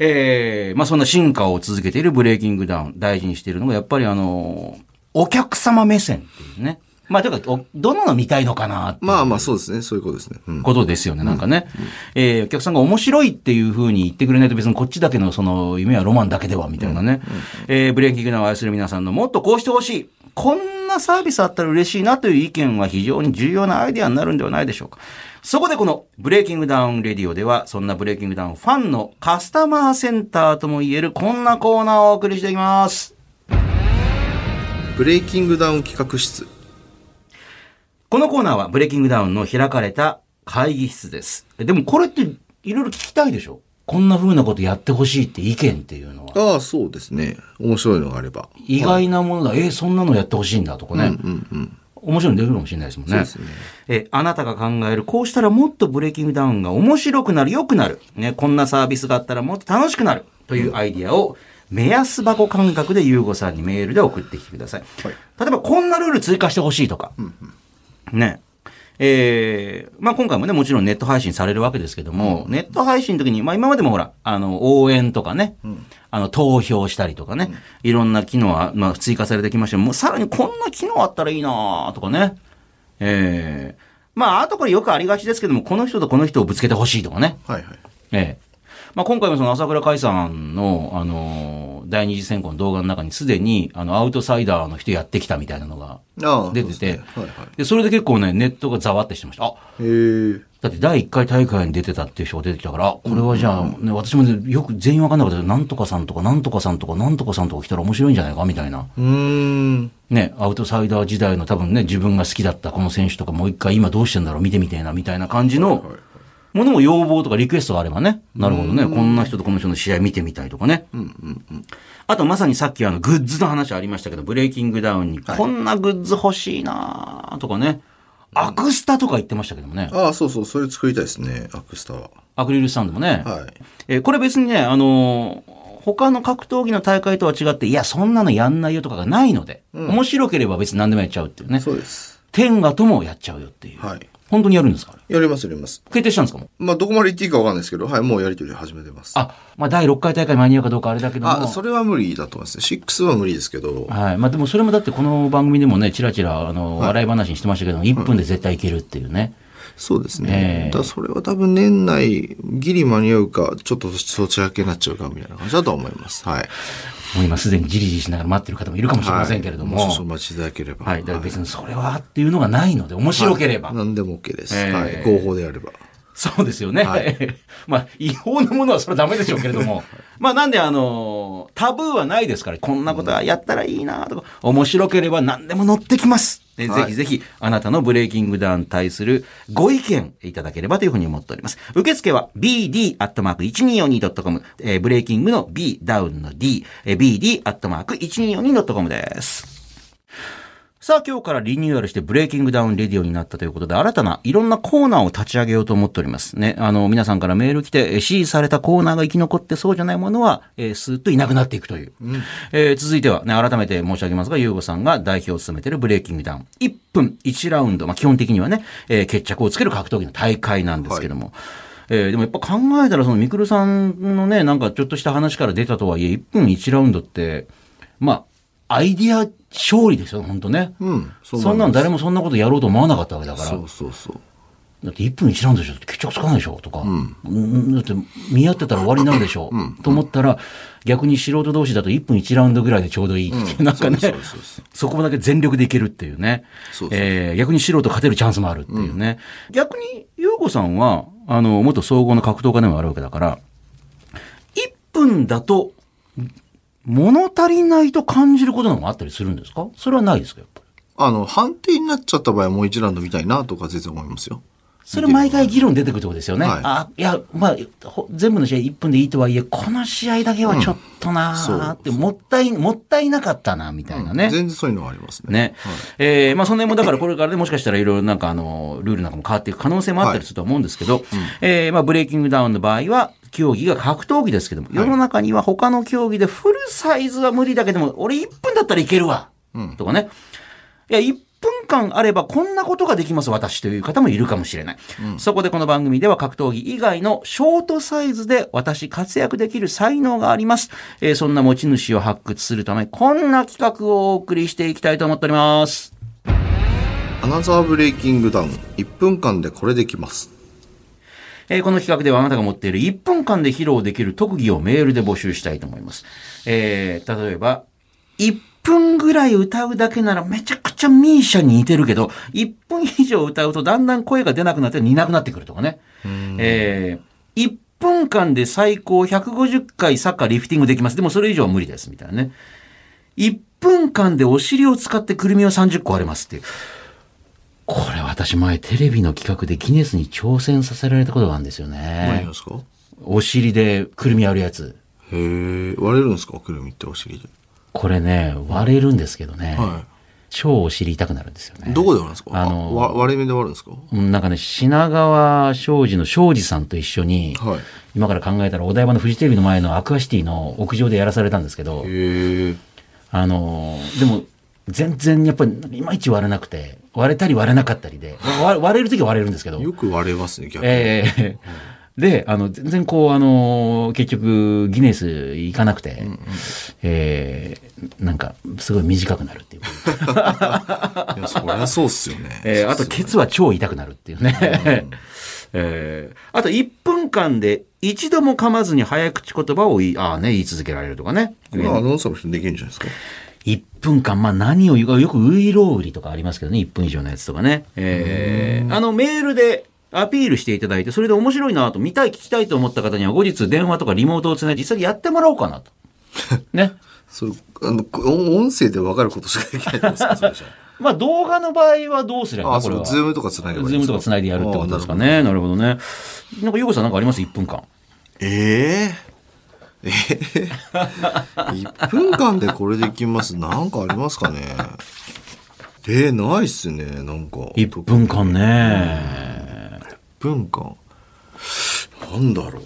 [SPEAKER 3] えーまあそんな進化を続けているブレイキングダウン、大事にしているのが、やっぱりあのーお客様目線っていうね。まあ、というか、おどのの見たいのかなっていう
[SPEAKER 1] まあまあそうですね。そういうことですね。うん。
[SPEAKER 3] ことですよね、なんかね。えーお客さんが面白いっていう風に言ってくれないと別にこっちだけのその夢はロマンだけではみたいなね。えーブレイキングダウンを愛する皆さんのもっとこうしてほしい。こんなサービスあったら嬉しいなという意見は非常に重要なアイデアになるんではないでしょうか。そこでこのブレイキングダウンレディオでは、そんなブレイキングダウンファンのカスタマーセンターとも言えるこんなコーナーをお送りしていきます。
[SPEAKER 1] ブレイキングダウン企画室。
[SPEAKER 3] このコーナーはブレイキングダウンの開かれた会議室です。でもこれっていろいろ聞きたいでしょこんな風なことやってほしいって意見っていうのは。
[SPEAKER 1] ああ、そうですね。面白いのがあれば。
[SPEAKER 3] 意外なものだ。えーそんなのやってほしいんだとかね。
[SPEAKER 5] 面白いの出るかもしれないですもんね。
[SPEAKER 1] ね。
[SPEAKER 3] えーあなたが考える、こうしたらもっとブレイキングダウンが面白くなる、良くなる、ね、こんなサービスがあったらもっと楽しくなる、というアイディアを、目安箱感覚でゆうごさんにメールで送ってきてください。例えば、こんなルール追加してほしいとか、ね。えーまあ今回もね、もちろんネット配信されるわけですけども、ネット配信の時に、まあ今までもほら、あの、応援とかね、あの、投票したりとかね、いろんな機能は、まあ追加されてきましたもうさらにこんな機能あったらいいなとかね、ええまあ、あとこれよくありがちですけども、この人とこの人をぶつけてほしいとかね。
[SPEAKER 1] はいはい。
[SPEAKER 3] ええまあ、今回もその朝倉海さんの、あのー第二次選考の動画の中にすでに、あの、アウトサイダーの人やってきたみたいなのが
[SPEAKER 1] ああ。
[SPEAKER 3] 出
[SPEAKER 1] そうで
[SPEAKER 3] てて、
[SPEAKER 1] すねはいはい。
[SPEAKER 3] で、それで結構ね、ネットがざわってしてました。あ、
[SPEAKER 1] えー、
[SPEAKER 5] だって第1回大会に出てたっていう人が出てきたから、あこれはじゃあ、ね、私もねよく全員わかんなかったけど、なんとかさんとか、なんとかさんとか、なんとかさんとか来たら面白いんじゃないかみたいな。
[SPEAKER 1] うーん。
[SPEAKER 5] ね、アウトサイダー時代の多分ね、自分が好きだったこの選手とか、もう一回今どうしてんだろう見てみてえな、みたいな感じの、ものも要望とかリクエストがあればね。なるほどね。こんな人とこの人の試合見てみたいとかね。
[SPEAKER 3] あとまさにさっきあの、グッズの話ありましたけど、ブレイキングダウンに、こんなグッズ欲しいなとかね、
[SPEAKER 5] アクスタとか言ってましたけどもね。
[SPEAKER 1] ああ、そうそう、それ作りたいですね、アップスターは。
[SPEAKER 5] アクリルスタンドもね。
[SPEAKER 1] はい。
[SPEAKER 3] えーこれ別にね、あのー他の格闘技の大会とは違って、いや、そんなのやんないよとかがないので、面白ければ別に何でもやっちゃうっていうね。
[SPEAKER 1] そうです。
[SPEAKER 3] 天下ともやっちゃうよっていう。
[SPEAKER 1] はい。
[SPEAKER 3] 本当にやるんですかあれ
[SPEAKER 1] やります、やります。
[SPEAKER 3] 決定したんですかもう
[SPEAKER 1] まあ、どこまで言っていいかわかんないですけど、はい、もうやりとり始めてます。
[SPEAKER 5] あ、まあ第6回大会間に合うかどうかあれだけども。
[SPEAKER 1] あ、それは無理だと思いますね。6は無理ですけど、
[SPEAKER 5] はい。まあでもそれもだってこの番組でもね、ちらちら、あの、笑い話にしてましたけども、1分で絶対いけるっていうね。
[SPEAKER 1] そうですね。
[SPEAKER 5] ええ
[SPEAKER 1] だからそれは多分年内、ギリ間に合うか、ちょっとそちらけになっちゃうか、みたいな感じだとは思います。はい。
[SPEAKER 5] もう今すでにじりじりしながら待ってる方もいるかもしれませんけれども。
[SPEAKER 1] はい
[SPEAKER 5] は
[SPEAKER 1] も
[SPEAKER 5] い。
[SPEAKER 1] しお待ちいただければ。
[SPEAKER 5] だから別にそれはっていうのがないので、面白ければ。
[SPEAKER 1] 何でも OK です。
[SPEAKER 5] ええ
[SPEAKER 1] はい。合法であれば。
[SPEAKER 5] そうですよね。
[SPEAKER 3] <laughs>
[SPEAKER 5] まあ、違法なものはそれはダメでしょうけれど
[SPEAKER 1] <laughs>
[SPEAKER 5] も。
[SPEAKER 3] まあなんであのータブーはないですから、こんなことはやったらいいなとか、面白ければ何でも乗ってきます。で
[SPEAKER 1] はい
[SPEAKER 3] ぜひぜひ、あなたのブレイキングダウンに対するご意見いただければというふうに思っております。受付は bd.1242.com、えーブレイキングの b、ダウンの d、えー bd.1242.com です。さあ今日からリニューアルしてブレイキングダウンレディオになったということで、新たないろんなコーナーを立ち上げようと思っております。ね、あの、皆さんからメール来て、えー支持されたコーナーが生き残ってそうじゃないものは、えー、すーっといなくなっていくという。えー続いてはね、改めて申し上げますが、ゆうごさんが代表を務めているブレイキングダウン。1分1ラウンド、まあ基本的にはね、えー決着をつける格闘技の大会なんですけども。えーでもやっぱ考えたら、その、みくるさんのね、なんかちょっとした話から出たとはいえ、1分1ラウンドって、まあ、アイディア勝利ですよ、本当ね。
[SPEAKER 1] うん。
[SPEAKER 5] そんなの誰もそんなことやろうと思わなかったわけだから。
[SPEAKER 1] そうそうそう。
[SPEAKER 5] だって1分1ラウンドでしょ決着つかないでしょとか、うんだって見合ってたら終わりになるでしょと思ったら、逆に素人同士だと1分1ラウンドぐらいでちょうどいいっていう、 <laughs> なんかね
[SPEAKER 1] そうですそうですそうで
[SPEAKER 5] そこだけ全力でいけるっていうね。
[SPEAKER 1] そうそう
[SPEAKER 5] えー逆に素人勝てるチャンスもあるっていうね。逆に、ゆうこさんは、あの、元総合の格闘家でもあるわけだから、1分だと、物足りないと感じることなんかあったりするんですかそれはないですかやっぱり。
[SPEAKER 1] あの、判定になっちゃった場合はもう一ラウンド見たいなとか全然思いますよ。
[SPEAKER 5] それ毎回議論出てくるところですよね。
[SPEAKER 1] はい
[SPEAKER 5] あ、いや、まあ、ほ全部の試合1分でいいとはいえ、この試合だけはちょっとな
[SPEAKER 1] うん
[SPEAKER 5] ー
[SPEAKER 1] そう
[SPEAKER 5] って、もったい、もったいなかったな、みたいなね。
[SPEAKER 1] 全然そういうのはありますね。
[SPEAKER 5] ね。えーまあ、その辺もだからこれからね、もしかしたらいろいろなんかあの、ルールなんかも変わっていく可能性もあったりすると思うんですけど、えーまあ、ブレイキングダウンの場合は、競技が格闘技ですけども、世の中には他の競技でフルサイズは無理だけども、俺1分だったらいけるわ、とかね。いや、1分間あればこんなことができます、私という方もいるかもしれない。そこでこの番組では格闘技以外のショートサイズで私活躍できる才能があります。えーそんな持ち主を発掘するため、こんな企画をお送りしていきたいと思っております。
[SPEAKER 1] アナザーブレイキングダウン。1分間でこれできます。
[SPEAKER 3] えーこの企画ではあなたが持っている1分間で披露できる特技をメールで募集したいと思います。えー例えば、1分ぐらい歌うだけならめちゃくちゃミーシャに似てるけど、1分以上歌うとだんだん声が出なくなって似なくなってくるとかね。えー、1分間で最高150回サッカーリフティングできます。でもそれ以上は無理です、みたいなね。1分間でお尻を使ってくるみを30個割れますっていう。これ私前テレビの企画でギネスに挑戦させられたことがあるんですよ
[SPEAKER 1] 何が
[SPEAKER 3] ね。
[SPEAKER 1] ですか
[SPEAKER 3] お尻でくるみ割るやつ。
[SPEAKER 1] へえ、割れるんですかくるみってお尻で。
[SPEAKER 3] これね、割れるんですけどね。
[SPEAKER 1] は
[SPEAKER 3] 超お尻痛くなるんですよね。
[SPEAKER 1] どこで割るんですか、
[SPEAKER 3] あのー
[SPEAKER 1] わ割り目で割るんですか
[SPEAKER 3] うんなんかね、品川庄司の庄司さんと一緒に、
[SPEAKER 1] はい。
[SPEAKER 3] 今から考えたらお台場のフジテレビの前のアクアシティの屋上でやらされたんですけど、
[SPEAKER 1] へえ。
[SPEAKER 3] あのーでも、全然やっぱりいまいち割れなくて、割れたり割れなかったりで、わ割れる時は割れるんですけど、
[SPEAKER 1] よく割れますね、逆に。
[SPEAKER 3] ええで、あの、全然こう、あの、結局、ギネス行かなくて、ええなんか、すごい短くなるっていう。
[SPEAKER 1] いや、そりゃそうっすよ
[SPEAKER 3] <laughs>
[SPEAKER 1] ね。
[SPEAKER 4] えーあと、
[SPEAKER 1] そうっ
[SPEAKER 4] ケ
[SPEAKER 1] すよね
[SPEAKER 3] 実は超痛くなるっていうね。
[SPEAKER 4] えーあと1分間で一度も噛まずに早口言葉を言い、ああね、言い続けられるとかね。
[SPEAKER 1] これはアナウンサーの人できるんじゃないですか
[SPEAKER 3] 1分間、まあ何を言うか、よくウイロウリとかありますけどね、1分以上のやつとかね。
[SPEAKER 4] えーあの、メールで、アピールしていただいて、それで面白いなと、見たい、聞きたいと思った方には、後日電話とかリモートをつないで、実際にやってもらおうか
[SPEAKER 3] <laughs>
[SPEAKER 4] なと。ね。
[SPEAKER 1] それ、あの、こ音声で分かることしかできないってことです
[SPEAKER 3] <laughs>
[SPEAKER 1] かそれじゃ
[SPEAKER 3] まあ動画の場合はどうすればいい
[SPEAKER 1] あ。あ、
[SPEAKER 3] のこ
[SPEAKER 1] そ
[SPEAKER 3] れ
[SPEAKER 1] れ、
[SPEAKER 3] は
[SPEAKER 1] ズームとか繋げばいいん
[SPEAKER 3] ズー
[SPEAKER 1] で
[SPEAKER 3] ム
[SPEAKER 1] す
[SPEAKER 3] とか繋いでやるってことですか
[SPEAKER 1] あ
[SPEAKER 3] ね。なるほどね。なんか、ゆうこさんなんかあります ?1 分間。
[SPEAKER 1] ーなるほどええええ1分間でこれできます。なんかありますかねえー、ないっすね。なんか。
[SPEAKER 3] 1分間ね。
[SPEAKER 1] 1分間。なんだろう。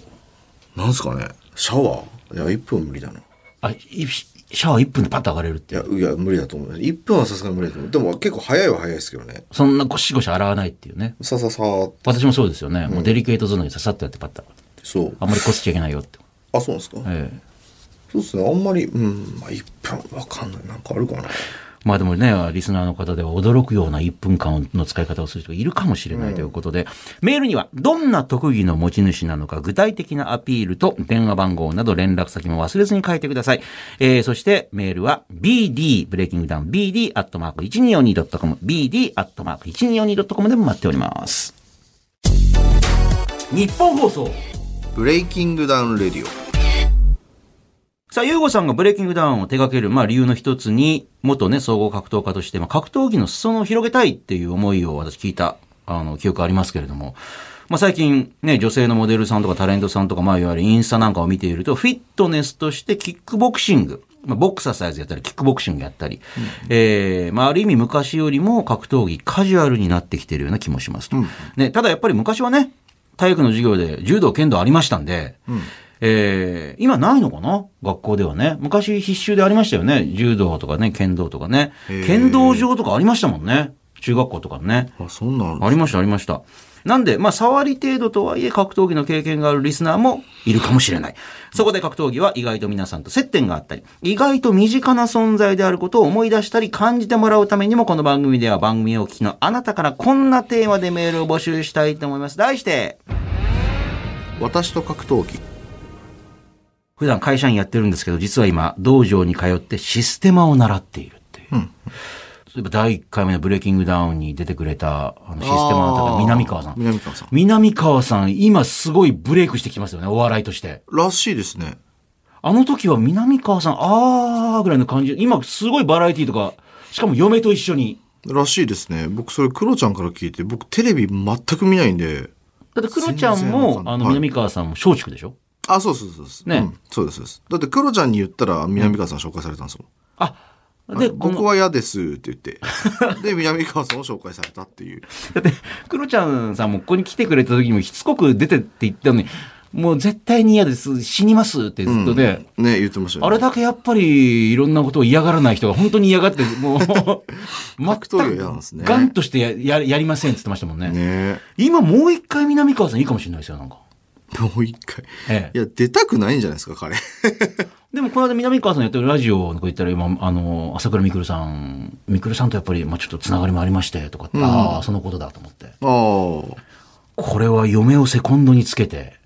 [SPEAKER 1] なんすかねシャワーいや、1分無理だな。
[SPEAKER 3] あ、いシャワー1分でパッと上がれるっ
[SPEAKER 1] い
[SPEAKER 3] てい
[SPEAKER 1] や、
[SPEAKER 3] う。
[SPEAKER 1] いや、無理だと思う。1分はさすがに無理だと思う。でも結構早いは早いですけどね。
[SPEAKER 3] そんなゴシゴシ洗わないっていうね。
[SPEAKER 1] さささーっ
[SPEAKER 3] 私もそうですよね。もうデリケートゾーンにささっとやってパッと。
[SPEAKER 1] てそう。
[SPEAKER 3] あんまりこすっちゃいけないよって。
[SPEAKER 1] あ、そうなんですか、
[SPEAKER 3] ええ
[SPEAKER 1] そうですね。あんまり、うん、まあ、1分わかんない。なんかあるかな。
[SPEAKER 3] まあでもね、リスナーの方では驚くような1分間の使い方をする人がいるかもしれないということで、メールにはどんな特技の持ち主なのか具体的なアピールと電話番号など連絡先も忘れずに書いてください。えー、そしてメールは bd、ブレイキングダウン bd アットマーク 1242.com、bd アットマーク 1242.com でも待っております。日本放送
[SPEAKER 1] ブレイキングダウンレディ
[SPEAKER 4] さあ、ゆうごさんがブレイキングダウンを手掛ける、まあ理由の一つに、元ね、総合格闘家として、まあ格闘技の裾野を広げたいっていう思いを私聞いた、あの、記憶ありますけれども、まあ最近ね、女性のモデルさんとかタレントさんとか、まあいわゆるインスタなんかを見ていると、フィットネスとしてキックボクシング、まあボクササイズやったり、キックボクシングやったり、ええまあある意味昔よりも格闘技カジュアルになってきてるような気もしますと。ね、ただやっぱり昔はね、体育の授業で柔道、剣道ありましたんで、えー今ないのかな学校ではね。昔必修でありましたよね。柔道とかね、剣道とかね。
[SPEAKER 1] へー
[SPEAKER 4] 剣道場とかありましたもんね。中学校とかね。
[SPEAKER 1] オ。あ、そんなの
[SPEAKER 4] ありました、ありました。なんで、まあ、触り程度とはいえ格闘技の経験があるリスナーもいるかもしれない。そこで格闘技は意外と皆さんと接点があったり、意外と身近な存在であることを思い出したり感じてもらうためにも、この番組では番組をお聞きのあなたからこんなテーマでメールを募集したいと思います。題して、
[SPEAKER 1] 私と格闘技。
[SPEAKER 4] 普段会社員やってるんですけど、実は今、道場に通ってシステマを習っているっていう。
[SPEAKER 1] うん
[SPEAKER 4] 例えば第1回目のブレイキングダウンに出てくれた、あの、システマの方、南川さん。
[SPEAKER 1] 南川さん。
[SPEAKER 3] 南川さん、今すごいブレイクしてきますよね、お笑いとして。
[SPEAKER 1] らしいですね。
[SPEAKER 3] あの時は南川さん、あーぐらいの感じ。今すごいバラエティとか、しかも嫁と一緒に。
[SPEAKER 1] らしいですね。僕、それ、クロちゃんから聞いて、僕、テレビ全く見ないんで。
[SPEAKER 3] だってクロちゃん
[SPEAKER 1] 全然わか
[SPEAKER 3] も
[SPEAKER 1] ん、ない
[SPEAKER 3] あの、
[SPEAKER 1] はい
[SPEAKER 3] 南川さんも松竹でしょ
[SPEAKER 1] あ、そうそうそうそう。
[SPEAKER 3] ね
[SPEAKER 1] うんそうです、そうです。だって、クロちゃんに言ったら、南川さん紹介されたんですもん。
[SPEAKER 3] あ、
[SPEAKER 1] で、
[SPEAKER 3] で、こ
[SPEAKER 1] 僕
[SPEAKER 3] の、
[SPEAKER 1] は嫌ですって言って。で、南川さんを紹介されたっていう。
[SPEAKER 3] だって、ク <laughs> ロちゃんさんもここに来てくれた時にもしつこく出てって言ったのに、もう絶対に嫌です、死にますってずっとね、
[SPEAKER 1] ね、言ってましたよ
[SPEAKER 3] あ
[SPEAKER 1] ね。
[SPEAKER 3] れだけやっぱりいろんなことを嫌がらない人が本当に嫌がって、
[SPEAKER 1] <laughs>
[SPEAKER 3] もう、全
[SPEAKER 1] 闘技は嫌なんですね
[SPEAKER 3] ガンとしてやややりませんって言ってましたもんね。
[SPEAKER 1] ね
[SPEAKER 3] 今もう一回南川さんいいかもしれないですよ、なんか。
[SPEAKER 1] もう一回。
[SPEAKER 3] ええ
[SPEAKER 1] いや、出たくないんじゃないですか、彼。 <laughs>
[SPEAKER 3] でもこの間南川さんやってるラジオの子言ったら今、あの、朝倉みくるさん、みくるさんとやっぱり、まあちょっとつながりもありまして、とかって、
[SPEAKER 1] うん
[SPEAKER 3] ああ、そのことだと思って。
[SPEAKER 1] あ
[SPEAKER 3] これは嫁をセコンドにつけ <laughs> て、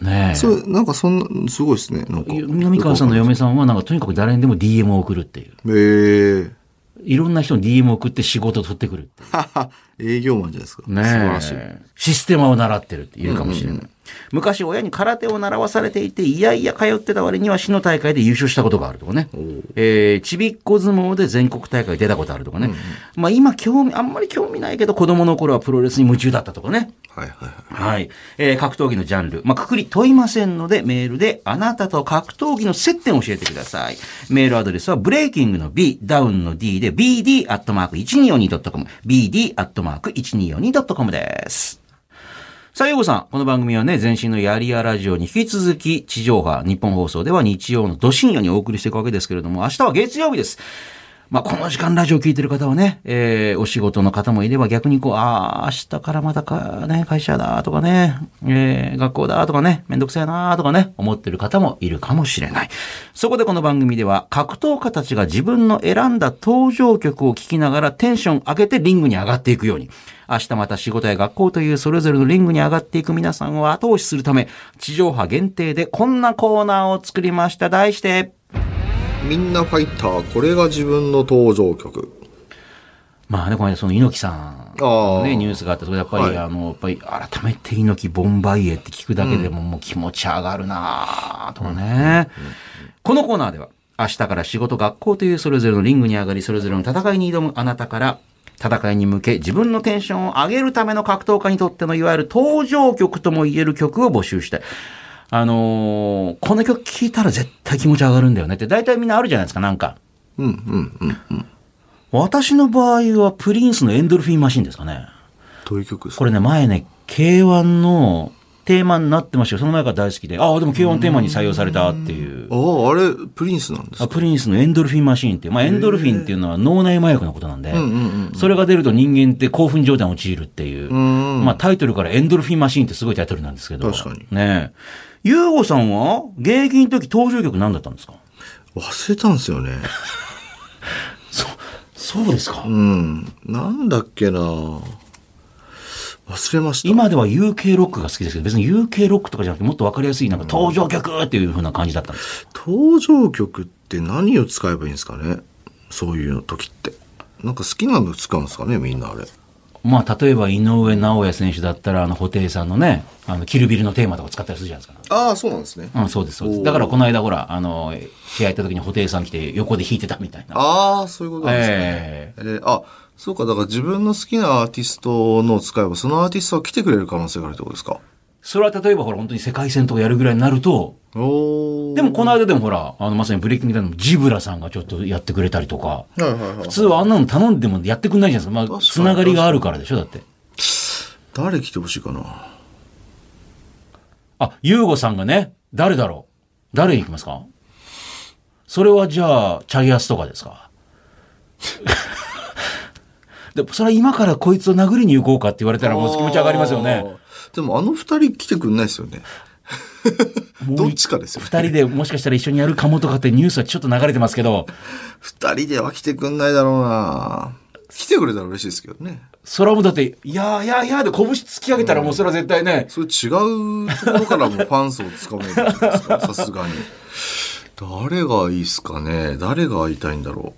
[SPEAKER 3] ね
[SPEAKER 1] あ。
[SPEAKER 3] え。
[SPEAKER 1] そう、なんかそんな、すごいですね。なんか。
[SPEAKER 3] 南川さんの嫁さんはなんかとにかく誰にでも DM を送るっていう。
[SPEAKER 1] え <laughs> え
[SPEAKER 3] いろんな人に DM を送って仕事を取ってくるってい
[SPEAKER 1] はは営業マンじゃないですか。
[SPEAKER 3] う。ねえ。
[SPEAKER 1] 素晴らしい。
[SPEAKER 3] システマを習ってるっていうかもしれない。
[SPEAKER 4] 昔親に空手を習わされていて、いやいや通ってた割には市の大会で優勝したことがあるとかね。えー、ちびっこ相撲で全国大会出たことあるとかね。まあ今興味、あんまり興味ないけど子供の頃はプロレスに夢中だったとかね。
[SPEAKER 1] はいはいはい。
[SPEAKER 3] はい。えー格闘技のジャンル。まあ、くくり問いませんので、メールで、あなたと格闘技の接点を教えてください。メールアドレスは、ブレイキングの B、ダウンの D で、bd.1242.com、bd.1242.com です。さあ、ヨーゴさん、この番組はね、前身のヤリヤラジオに引き続き、地上波、日本放送では日曜のど深夜にお送りしていくわけですけれども、明日は月曜日です。まあ、この時間ラジオ聞いてる方はね、えー、お仕事の方もいれば逆にこう、ああ、明日からまたか、ね、会社だとかね、えー、学校だとかね、めんどくさいなとかね、思ってる方もいるかもしれない。そこでこの番組では、格闘家たちが自分の選んだ登場曲を聴きながらテンション上げてリングに上がっていくように、明日また仕事や学校というそれぞれのリングに上がっていく皆さんを後押しするため、地上波限定でこんなコーナーを作りました。題して、
[SPEAKER 1] みんなファイター、これが自分の登場曲。
[SPEAKER 3] まあね、この間その猪木さん
[SPEAKER 1] あ
[SPEAKER 3] の、
[SPEAKER 1] あ
[SPEAKER 3] ね、ニュースがあって、それやっぱり、
[SPEAKER 1] はい
[SPEAKER 3] あの、やっぱり改めて猪木ボンバイエって聞くだけでも、もう気持ち上がるなぁとかね。このコーナーでは、明日から仕事、学校というそれぞれのリングに上がり、それぞれの戦いに挑むあなたから、戦いに向け自分のテンションを上げるための格闘家にとってのいわゆる登場曲とも言える曲を募集したい。あのーこの曲聴いたら絶対気持ち上がるんだよねって、大体みんなあるじゃないですか、なんか。
[SPEAKER 1] うんうんうん。
[SPEAKER 3] 私の場合はプリンスのエンドルフィンマシンですかね。
[SPEAKER 1] どういう曲です
[SPEAKER 6] こ
[SPEAKER 1] か
[SPEAKER 6] れね、前ね、
[SPEAKER 3] K1 のテーマになってましたよ。その前から大好きで。ああ、でも K1 テーマに採用されたっていう。
[SPEAKER 1] ああ、あれ、プリンスなんです
[SPEAKER 3] あ
[SPEAKER 1] か
[SPEAKER 3] プリンスのエンドルフィンマシーンっていう。まあ、エンドルフィンっていうのは脳内麻薬のことなんで、
[SPEAKER 1] うんうん
[SPEAKER 3] それが出ると人間って興奮状態に陥るっていう。
[SPEAKER 1] うん。うん。
[SPEAKER 3] まあ、タイトルからエンドルフィンマシーンってすごいタイトルなんですけど。
[SPEAKER 1] 確かに
[SPEAKER 3] ねえ。ユーゴさんは、現役の時登場曲何だったんですか
[SPEAKER 1] 忘れたんですよね。
[SPEAKER 3] そ、そうですか
[SPEAKER 1] うん。なんだっけな忘れました。
[SPEAKER 3] 今では UK ロックが好きですけど、別に UK ロックとかじゃなくて、もっとわかりやすい、なんか登場曲っていう風な感じだったんです。
[SPEAKER 1] 登場曲って何を使えばいいんですかねそういう時って。なんか好きなの使うんですかねみんなあれ。
[SPEAKER 3] まあ、例えば井上尚弥選手だったら、あの、布袋さんのね、あの、キルビルのテーマとか使ったりするじゃないですか。
[SPEAKER 1] ああ、そうなんですね。
[SPEAKER 3] うん、そうです、そうで
[SPEAKER 1] お
[SPEAKER 3] す。
[SPEAKER 1] ー
[SPEAKER 3] だからこの間、ほら、あの、試合行った時に布袋さん来て横で弾いてたみたいな。
[SPEAKER 1] ああ、そういうことなんですね。
[SPEAKER 3] ええ
[SPEAKER 1] えーあ、そうか、だから自分の好きなアーティストのを使えば、そのアーティストは来てくれる可能性があるってことですか
[SPEAKER 3] それは例えば、ほら、本当に世界戦とかやるぐらいになると、
[SPEAKER 1] おー
[SPEAKER 3] でもこの間でもほら、あの、まさにブレイキングダウンのジブラさんがちょっとやってくれたりとか、
[SPEAKER 1] はいはいはい
[SPEAKER 3] 普。通はあんなの頼んでもやってくんないじゃないですか。まあ、
[SPEAKER 1] 確かに
[SPEAKER 3] つながりがあるからでしょ、だって。
[SPEAKER 1] 誰来てほしいかな
[SPEAKER 3] あ、ユーゴさんがね、誰だろう誰に行きますかそれはじゃあ、チャイアスとかですか <laughs> でそれは今からこいつを殴りに行こうかって言われたらもう気持ち上がりますよね。。
[SPEAKER 1] でもあの二人来てくんないですよね。どっちかですよね。
[SPEAKER 3] 二人でもしかしたら一緒にやるかもとかってニュースはちょっと流れてますけど、
[SPEAKER 1] 二人では来てくんないだろうな来てくれたら嬉しいですけどね。
[SPEAKER 3] それはもうだって、いやーいやーいやーで拳突き上げたらもうそれは絶対ね、
[SPEAKER 1] それ違うところからもファン層をつかめるんじゃないですか、さすがに。誰がいいっすかね誰が会いたいんだろ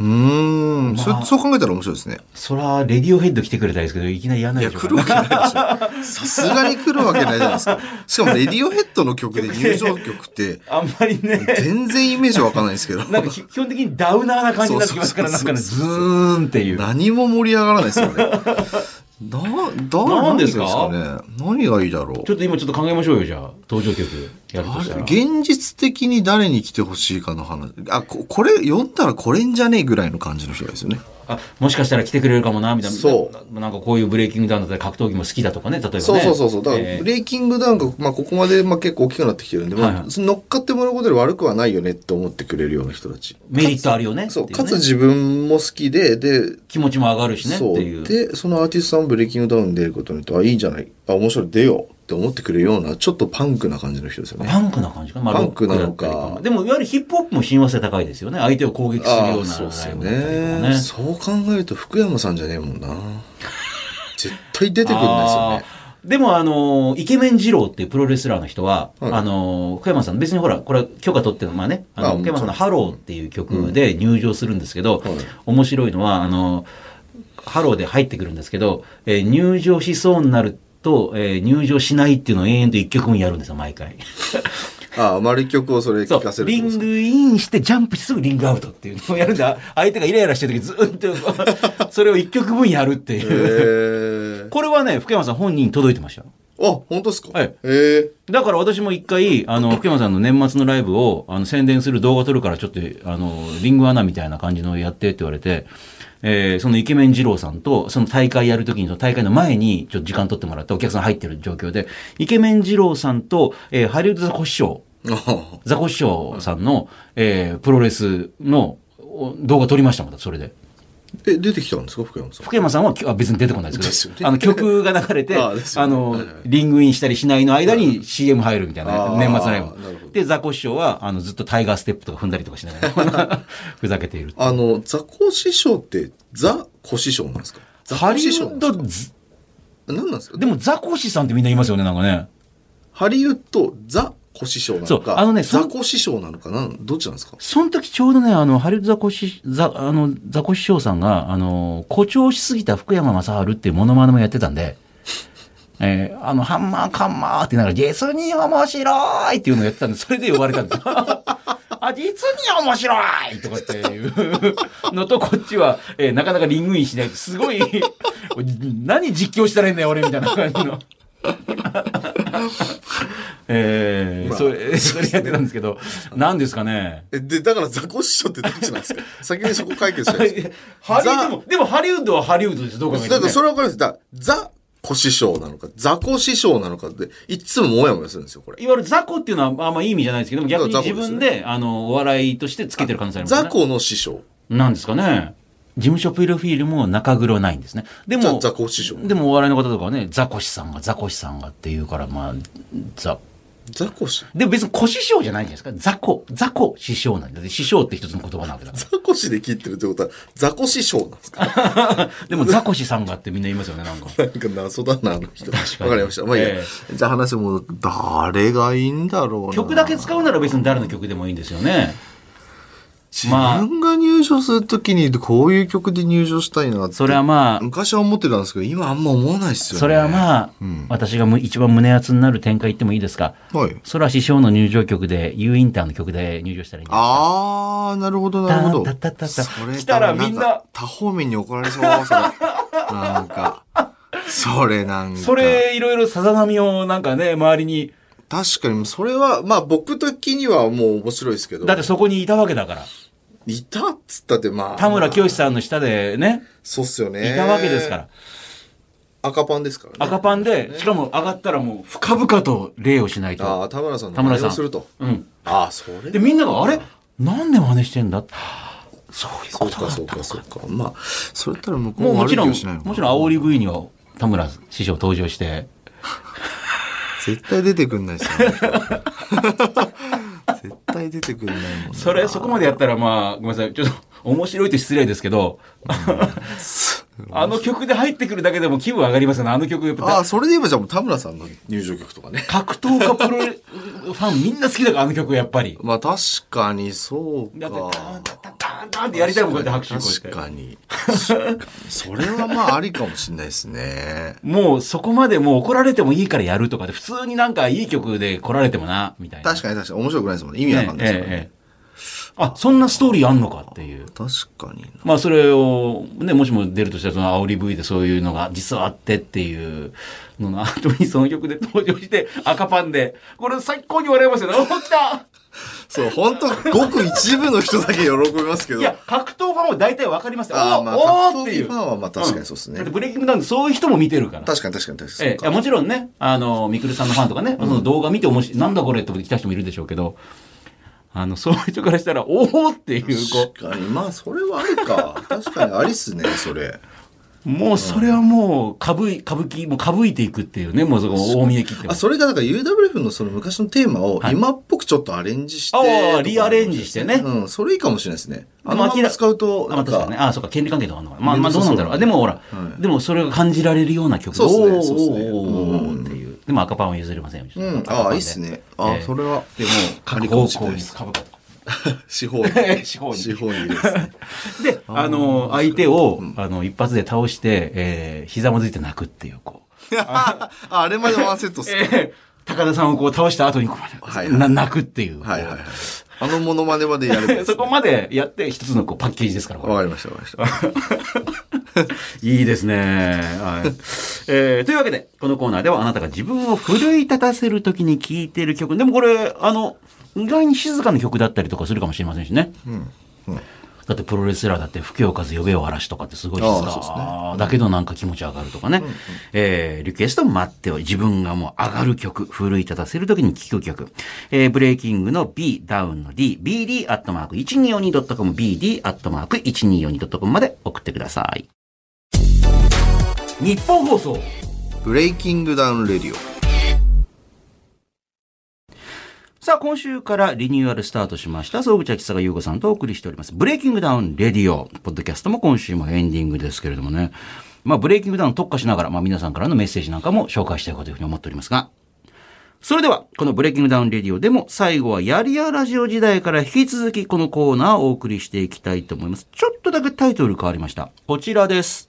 [SPEAKER 1] ううーん、そそう考えたら面白いですね。
[SPEAKER 3] それはレディオヘッド来てくれたりですけど、いきなりやらないい
[SPEAKER 1] や、
[SPEAKER 3] でしょ
[SPEAKER 1] 来
[SPEAKER 3] う
[SPEAKER 1] る
[SPEAKER 3] か
[SPEAKER 1] わけないでしょ。さすがに来るわけないじゃないですか。しかも、レディオヘッドの曲で入場曲って、
[SPEAKER 3] あんまりね、
[SPEAKER 1] 全然イメージわかんないんですけど、
[SPEAKER 3] なんか基本的にダウナーな感じになってきますから、
[SPEAKER 1] そ
[SPEAKER 3] な
[SPEAKER 1] うんそうそ
[SPEAKER 3] か
[SPEAKER 1] う
[SPEAKER 3] ね、ズーンっていう。
[SPEAKER 1] 何も盛り上がらないですよね。な、だ、
[SPEAKER 3] なんですか
[SPEAKER 1] 何ね何がいいだろう
[SPEAKER 3] ちょっと今ちょっと考えましょうよ、じゃあ。登場曲やるとしたら。
[SPEAKER 1] 現実的に誰に来てほしいかの話。あ、ここれ、読んだらこれんじゃねえぐらいの感じの人がいいですよね。
[SPEAKER 3] あ、もしかしたら来てくれるかもな、みたいな。。
[SPEAKER 1] そう
[SPEAKER 3] なんかこういうブレイキングダウンだったり格闘技も好きだとかね、例えばね。
[SPEAKER 1] そうそうそうそう。だから、
[SPEAKER 3] え
[SPEAKER 1] ブレイキングダウンが、まあ、ここまで、まあ、結構大きくなってきてるんで、まあ
[SPEAKER 3] はいはい
[SPEAKER 1] 乗っかってもらうことで悪くはないよねって思ってくれるような人たち。
[SPEAKER 3] ーメリットあるよね。
[SPEAKER 1] そう、
[SPEAKER 3] ってい
[SPEAKER 1] か
[SPEAKER 3] ね
[SPEAKER 1] つ自分も好きで、で、
[SPEAKER 3] 気持ちも上がるしね、って
[SPEAKER 1] そう
[SPEAKER 3] いう。
[SPEAKER 1] で、そのアーティストさんブレイキングダウンに出ることによって、あ、いいんじゃないあ、面白い、出ようって思ってくれるような、ちょっとパンクな感じの人ですよね。
[SPEAKER 3] パンクな感じかな。まあ、
[SPEAKER 1] パ
[SPEAKER 3] ロ
[SPEAKER 1] ン
[SPEAKER 3] ック
[SPEAKER 1] ク
[SPEAKER 3] だ
[SPEAKER 1] な
[SPEAKER 3] ったり
[SPEAKER 1] の
[SPEAKER 3] と
[SPEAKER 1] か
[SPEAKER 3] か。でも、いわゆるヒップホップも親和性高いですよね。相手を攻撃するようなライ
[SPEAKER 1] あ
[SPEAKER 3] ブ
[SPEAKER 1] あ
[SPEAKER 3] だった
[SPEAKER 1] そう
[SPEAKER 3] り
[SPEAKER 1] っ
[SPEAKER 3] と
[SPEAKER 1] す
[SPEAKER 3] か
[SPEAKER 1] よ
[SPEAKER 3] ね
[SPEAKER 1] ね。。そう考えると福山さんじゃねえもんな。 <laughs> 絶対出てくるんですよね。
[SPEAKER 3] あーでも、あのー、イケメン二郎っていうプロレスラーの人は、
[SPEAKER 1] はい
[SPEAKER 3] あのー、福山さん、別にほら、これ許可取ってるの、まあね、あの
[SPEAKER 1] あ
[SPEAKER 3] 福山さんのハローっていう曲で入場するんですけど、
[SPEAKER 1] はい
[SPEAKER 3] 面白いのは、あのー、ハローで入ってくるんですけど、えー入場
[SPEAKER 1] <laughs>
[SPEAKER 3] しそうになると、えー入場しないっていうのを延々と一曲もやるんですよ、毎回。
[SPEAKER 1] ああ、丸曲をそれ
[SPEAKER 3] そ
[SPEAKER 1] 聞かせ
[SPEAKER 3] う、
[SPEAKER 1] るっ
[SPEAKER 3] リ
[SPEAKER 1] てことです
[SPEAKER 3] ン
[SPEAKER 1] か。
[SPEAKER 3] グインしてジャンプしてすぐリングアウトっていうのをやる
[SPEAKER 1] <laughs>
[SPEAKER 3] んだ。相手がイライラしてる時ずっと、 <laughs> それを一曲分やるっていう。
[SPEAKER 1] へえ。
[SPEAKER 3] これはね、福山さん本人に届いてましたよ。
[SPEAKER 1] あ、本当ですか
[SPEAKER 3] はい
[SPEAKER 1] へえ。
[SPEAKER 3] だから私も一回、あの、福山さんの年末のライブを、あの、宣伝する動画撮るから、ちょっと、あの、リングアナみたいな感じのやってって言われて、えーそのイケメン二郎さんと、その大会やるときに、その大会の前に、ちょっと時間取ってもらって、お客さん入ってる状況で、イケメン二郎さんと、えーハリウッドザコシショウ、
[SPEAKER 1] あ
[SPEAKER 3] ザコシショウさんの、えープロレスのお動画撮りましたもん、それで。
[SPEAKER 1] え、出てきたんですか福山さん。
[SPEAKER 3] 福山さんはきあ別に出てこないで
[SPEAKER 1] ですす
[SPEAKER 3] け
[SPEAKER 1] よ
[SPEAKER 3] ど、
[SPEAKER 1] ね
[SPEAKER 3] あの曲が流れ
[SPEAKER 1] <laughs>
[SPEAKER 3] て、
[SPEAKER 1] ああ
[SPEAKER 3] あ
[SPEAKER 1] ですよね
[SPEAKER 3] の
[SPEAKER 1] はいはい、
[SPEAKER 3] リングインしたりしないの間に CM 入るみたいな、
[SPEAKER 1] ああ
[SPEAKER 3] 年末ラ
[SPEAKER 1] な
[SPEAKER 3] イ
[SPEAKER 1] るほ
[SPEAKER 3] ブ。
[SPEAKER 1] ど
[SPEAKER 3] で、ザコシショウは、あの、ずっとタイガーステップとか踏んだりとかしなが
[SPEAKER 1] <laughs>
[SPEAKER 3] ら、ふざけている。
[SPEAKER 1] あの、ザコ師匠って、ザコ師匠なんですかザ
[SPEAKER 3] ハ
[SPEAKER 1] コ
[SPEAKER 3] リ
[SPEAKER 1] 師
[SPEAKER 3] ウ
[SPEAKER 1] 匠な
[SPEAKER 3] ッ
[SPEAKER 1] んですか、
[SPEAKER 3] ド
[SPEAKER 1] 何
[SPEAKER 3] ず
[SPEAKER 1] なんですか
[SPEAKER 3] でもザコシさんってみんな言いますよね、なんかね。
[SPEAKER 1] ハリウッド、ザコ師匠な
[SPEAKER 3] そ
[SPEAKER 1] の
[SPEAKER 3] う
[SPEAKER 1] か、
[SPEAKER 3] あのねそ
[SPEAKER 1] ザ
[SPEAKER 3] の
[SPEAKER 1] コ師匠なのかなん、どっちなんですか
[SPEAKER 3] その時ちょうどね、あの、ハリウッドザコシ、ザ、あの、ザコシショウさんが、あの、誇張しすぎた福山雅治っていうモノマネもやってたんで、えーあの、ハンマーカンマーって言いながら、実に面白いっていうのをやってたんで、それで呼ばれたんです <laughs> あ、実に面白いとかっていうのと、こっちは、えーなかなかリングインしない。すごい、何実況したらいいんだよ、俺、みたいな感じの。 <laughs> えー
[SPEAKER 1] まあ
[SPEAKER 3] それ、それやってたんですけど、なんですかね。
[SPEAKER 1] え、で、だからザコ師匠ってどっちなんですか <laughs> 先にそこ解決したいです。
[SPEAKER 3] <laughs> ハリ
[SPEAKER 1] ザ
[SPEAKER 3] でも、でもハリウッドはハリウッドです。どう考えて
[SPEAKER 1] だ
[SPEAKER 3] も、
[SPEAKER 1] から
[SPEAKER 3] ね。
[SPEAKER 1] それはわかります。だザコ師匠なのか、ザコ師匠なのかって、いつももやもやするんですよ、これ。
[SPEAKER 3] いわゆる雑魚っていうのはあんまいい意味じゃないですけど、逆に
[SPEAKER 1] そう雑魚
[SPEAKER 3] 自
[SPEAKER 1] ですね
[SPEAKER 3] 分で、あの、お笑いとしてつけてる可能性あります
[SPEAKER 1] ザ
[SPEAKER 3] ね。
[SPEAKER 1] コの師匠。
[SPEAKER 3] なんですかね。事務所プロフィールも中黒ないんですね。で
[SPEAKER 1] じゃあ
[SPEAKER 3] も、
[SPEAKER 1] ザコ師匠。
[SPEAKER 3] でもお笑いの方とかはね、ザコシさんが、ザコシさんがっていうから、まあ、ザ、
[SPEAKER 1] ザコ師
[SPEAKER 3] でも別に小師匠じゃないじゃないですか。ザコ、ザコ師匠なんでだって師匠って一つの言葉なわけだ
[SPEAKER 1] <laughs>
[SPEAKER 3] か
[SPEAKER 1] ザコ師で切ってるってことは、ザコ師匠なんです
[SPEAKER 3] <laughs>
[SPEAKER 1] か
[SPEAKER 3] ら。でもザコシさんがってみんな言いますよね、なんか。
[SPEAKER 1] なんか謎だな、あの人。わ
[SPEAKER 3] 確かに
[SPEAKER 1] かりました。まあいいや。
[SPEAKER 3] え
[SPEAKER 1] じゃあ話も、誰がいいんだろうな。
[SPEAKER 3] 曲だけ使うなら別に誰の曲でもいいんですよね。
[SPEAKER 1] 自
[SPEAKER 3] まあ
[SPEAKER 1] 分が入場するときに、こういう曲で入場したいなって。
[SPEAKER 3] それはまあ、
[SPEAKER 1] 昔は思ってたんですけど、今あんま思わないっすよね。
[SPEAKER 3] それはまあ、私がむ一番胸熱になる展開言ってもいいですか。
[SPEAKER 1] あ。はい。
[SPEAKER 3] それは師匠の入場曲で、U インターの曲で入場したらいいんですか。
[SPEAKER 1] あー、なるほど、なるほど。
[SPEAKER 3] たたたたた
[SPEAKER 1] それ
[SPEAKER 3] 来たらみん
[SPEAKER 1] 多分
[SPEAKER 3] な
[SPEAKER 1] か多方面に怒られ
[SPEAKER 3] <laughs>
[SPEAKER 1] そう、それ。なんか。それなんか。
[SPEAKER 3] それ、いろいろさざ波をなんかね、周りに。
[SPEAKER 1] 確かに、それは、まあ僕的にはもう面白いですけど。
[SPEAKER 3] だってそこにいたわけだから。
[SPEAKER 1] いたっつったって、まあ。
[SPEAKER 3] 田村清さんの下でね、
[SPEAKER 1] そうっすよね。
[SPEAKER 3] いたわけですから。。
[SPEAKER 1] 赤パンですからね。
[SPEAKER 3] 赤パンで、しかも上がったらもう、深々と礼をしない
[SPEAKER 1] あ
[SPEAKER 3] と。
[SPEAKER 1] あ、田村さんの
[SPEAKER 3] 田村さ
[SPEAKER 1] 真
[SPEAKER 3] ん
[SPEAKER 1] 似をすると。
[SPEAKER 3] うん。
[SPEAKER 1] ああ、それ
[SPEAKER 3] で、みんなが、あれなんで真似してんだはあそういう
[SPEAKER 1] そ
[SPEAKER 3] こ
[SPEAKER 1] う
[SPEAKER 3] とだ
[SPEAKER 1] か、
[SPEAKER 3] った
[SPEAKER 1] そう
[SPEAKER 3] のか
[SPEAKER 1] か、。そうか。まあ、それやったら向こ
[SPEAKER 3] も
[SPEAKER 1] う
[SPEAKER 3] うも
[SPEAKER 1] 悪
[SPEAKER 3] ち
[SPEAKER 1] い気
[SPEAKER 3] ろん、
[SPEAKER 1] は
[SPEAKER 3] も
[SPEAKER 1] し
[SPEAKER 3] ち
[SPEAKER 1] ないのかな
[SPEAKER 3] ろん煽り V には田村師匠登場して、
[SPEAKER 1] 絶対出てくんないっすよね。絶対出てくんないもんね。
[SPEAKER 3] <laughs> それ、そこまでやったらまあ、ごめんなさい、ちょっと面白いって失礼ですけど、あの曲で入ってくるだけでも気分上がりますよね。あの曲やっ
[SPEAKER 1] あ
[SPEAKER 3] ぱ
[SPEAKER 1] あ、それで言えばじゃあもう田村さんの入場曲とかね。
[SPEAKER 3] 格闘家プロレファンみんな好きだから、あの曲やっぱり。
[SPEAKER 1] まあ確かにそう
[SPEAKER 3] だ
[SPEAKER 1] か
[SPEAKER 3] って、タ。ーンタンタンタンってやりたいもん、こうやって拍手こうやって
[SPEAKER 1] 確かに。確かにそれはまあありかもしれないですね。
[SPEAKER 3] もうそこまでもう怒られてもいいからやるとかで、普通になんかいい曲で来られてもな、みたいな。
[SPEAKER 1] 確かに確かに面白くないですもんね。意味わかんないですから
[SPEAKER 3] ええ
[SPEAKER 1] ね。
[SPEAKER 3] ええあ、そんなストーリーあんのかっていう。
[SPEAKER 1] 確かにな。
[SPEAKER 3] まあそれを、ね、もしも出るとしたらその煽り V でそういうのが実はあってっていうの <laughs> の後にその曲で登場して赤パンで、これ最高に笑いますよね。おー来た
[SPEAKER 1] そう、本当ごく一部の人だけ喜びますけど。
[SPEAKER 3] いや、格闘ファンは大体わかりますよ。お
[SPEAKER 1] あ
[SPEAKER 3] ー
[SPEAKER 1] ーまあ
[SPEAKER 3] おー
[SPEAKER 1] 格
[SPEAKER 3] って
[SPEAKER 1] 闘
[SPEAKER 3] い
[SPEAKER 1] 技
[SPEAKER 3] う。
[SPEAKER 1] ファンはまあ確かにそうですね
[SPEAKER 3] だってブレイキングダウンそういう人も見てるから。
[SPEAKER 1] 確かに確かに確かに。
[SPEAKER 3] ええ、いやもちろんね、あの、ミクルさんのファンとかね、その動画見て面白い、なんだこれって来た人もいるでしょうけど、あの、そういう人からしたら、おおっていう、こ
[SPEAKER 1] 確かに。まあ、それはあるか。確かにありっすね、それ。
[SPEAKER 3] う、もうそれはもう、かぶい、歌舞伎、もうかぶいていくっていうね、もうそこ、大見え切って
[SPEAKER 1] あ
[SPEAKER 3] ます。
[SPEAKER 1] それがだから UWF のその昔のテーマを今っぽくちょっとアレンジして、
[SPEAKER 3] ああリアレンジしてね
[SPEAKER 1] うん、それいいかもしれないですね。あ
[SPEAKER 3] ま
[SPEAKER 1] の
[SPEAKER 3] あ
[SPEAKER 1] まま使うと、
[SPEAKER 3] あ
[SPEAKER 1] な
[SPEAKER 3] まあ
[SPEAKER 1] ん
[SPEAKER 3] 確かにね。
[SPEAKER 1] か、
[SPEAKER 3] ああ、そうか、権利関係とかあるのかな。まあ、まあ、
[SPEAKER 1] 面
[SPEAKER 3] ど
[SPEAKER 1] 倒くさ
[SPEAKER 3] うな
[SPEAKER 1] そうん
[SPEAKER 3] だろう。あでもほら、
[SPEAKER 1] はい
[SPEAKER 3] でもそれが感じられるような曲
[SPEAKER 1] そうっすね
[SPEAKER 3] おー
[SPEAKER 1] そうっすね
[SPEAKER 3] おーおーおーっていう。でも赤パンを譲りませんよ。ちょっと
[SPEAKER 1] うん、
[SPEAKER 3] 赤パン
[SPEAKER 1] あ
[SPEAKER 3] で
[SPEAKER 1] あ、いいっすね。ああ、
[SPEAKER 3] ええ
[SPEAKER 1] それは。
[SPEAKER 3] でも、
[SPEAKER 1] あ
[SPEAKER 3] 各
[SPEAKER 1] りかも
[SPEAKER 3] 方
[SPEAKER 1] しれ
[SPEAKER 3] 向
[SPEAKER 1] ないで
[SPEAKER 3] に
[SPEAKER 1] す
[SPEAKER 3] かぶかと。。
[SPEAKER 1] 四方に
[SPEAKER 3] <laughs> 四方に
[SPEAKER 1] 四方にいるです
[SPEAKER 3] <laughs>
[SPEAKER 1] <laughs> ね。
[SPEAKER 3] で、あの、相手を、あの、一発で倒して、えー、ひざまずいて泣くっていう、こう。
[SPEAKER 1] ああれまでワンセットっすか。
[SPEAKER 3] えー高田さんをこう倒した後にこう、
[SPEAKER 1] はいはい
[SPEAKER 3] な泣くっていう。
[SPEAKER 1] はいはいはい。あのモノマネまでやればいいです
[SPEAKER 3] そこまでやって一つのこうパッケージですから、これ
[SPEAKER 1] わかりました、わかりました。
[SPEAKER 3] <laughs> いいですね。はい。えーというわけで、このコーナーではあなたが自分を奮い立たせるときに聴いている曲。でもこれ、あの、意外に静かな曲だったりとかするかもしれませんしね。だってプロレスラーだって、不況風呼べよ嵐とかってすごい静
[SPEAKER 1] ああそうですね
[SPEAKER 3] か。だけどなんか気持ち上がるとかね。えーリクエストも待ってよ。自分がもう上がる曲、奮い立たせるときに聴く曲。えーブレイキングの B、ダウンの D、BD アットマーク 1242.com、BD アットマーク 1242.com まで送ってください。日本放送
[SPEAKER 1] ブレイキングダウンレディ
[SPEAKER 3] さあ、今週からリニューアルスタートしました、総口秋坂優子さんとお送りしております、ブレイキングダウンレディオ、ポッドキャストも今週もエンディングですけれどもね、まあ、ブレイキングダウン特化しながら、まあ、皆さんからのメッセージなんかも紹介したいかというふうに思っておりますが、それでは、このブレイキングダウンレディオでも、最後はやりやラジオ時代から引き続きこのコーナーをお送りしていきたいと思います。ちょっとだけタイトル変わりました。こちらです。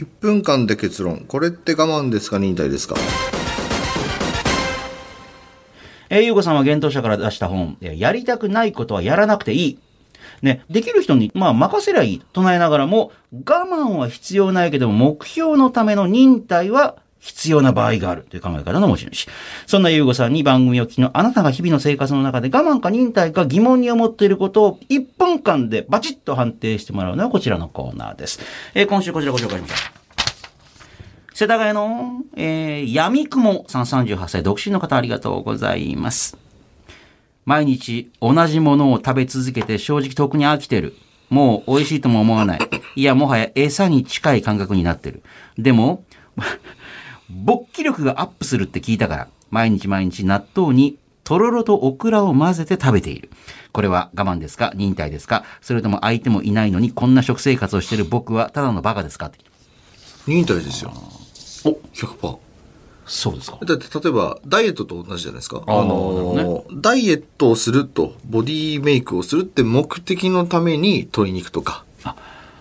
[SPEAKER 1] オ。1分間で結論。これって我慢ですか忍耐ですか
[SPEAKER 3] えー、ゆうこさんは幻冬者から出した本、えーやりたくないことはやらなくていい。ね、できる人に、まあ、任せりゃいい。唱えながらも、我慢は必要ないけども、目標のための忍耐は必要な場合があるという考え方の持ち主。そんなゆうごさんに番組を聞きのあなたが日々の生活の中で我慢か忍耐か疑問に思っていることを1分間でバチッと判定してもらうのはこちらのコーナーです。えー今週こちらご紹介しました。世田谷の、えー、闇雲さん38歳、独身の方ありがとうございます。毎日同じものを食べ続けて正直とっくに飽きてる。もう美味しいとも思わない。いや、もはや餌に近い感覚になってる。でも、 <laughs> 勃起力がアップするって聞いたから、毎日毎日納豆にとろろとオクラを混ぜて食べている。これは我慢ですか忍耐ですかそれとも相手もいないのにこんな食生活をしてる僕はただのバカですかって
[SPEAKER 1] 忍耐ですよ。お、100%。
[SPEAKER 7] そうですか。
[SPEAKER 1] だって例えば、ダイエットと同じじゃないですか。
[SPEAKER 3] あー
[SPEAKER 1] あのーダイエットをすると、ボディメイクをするって目的のために鶏肉とか、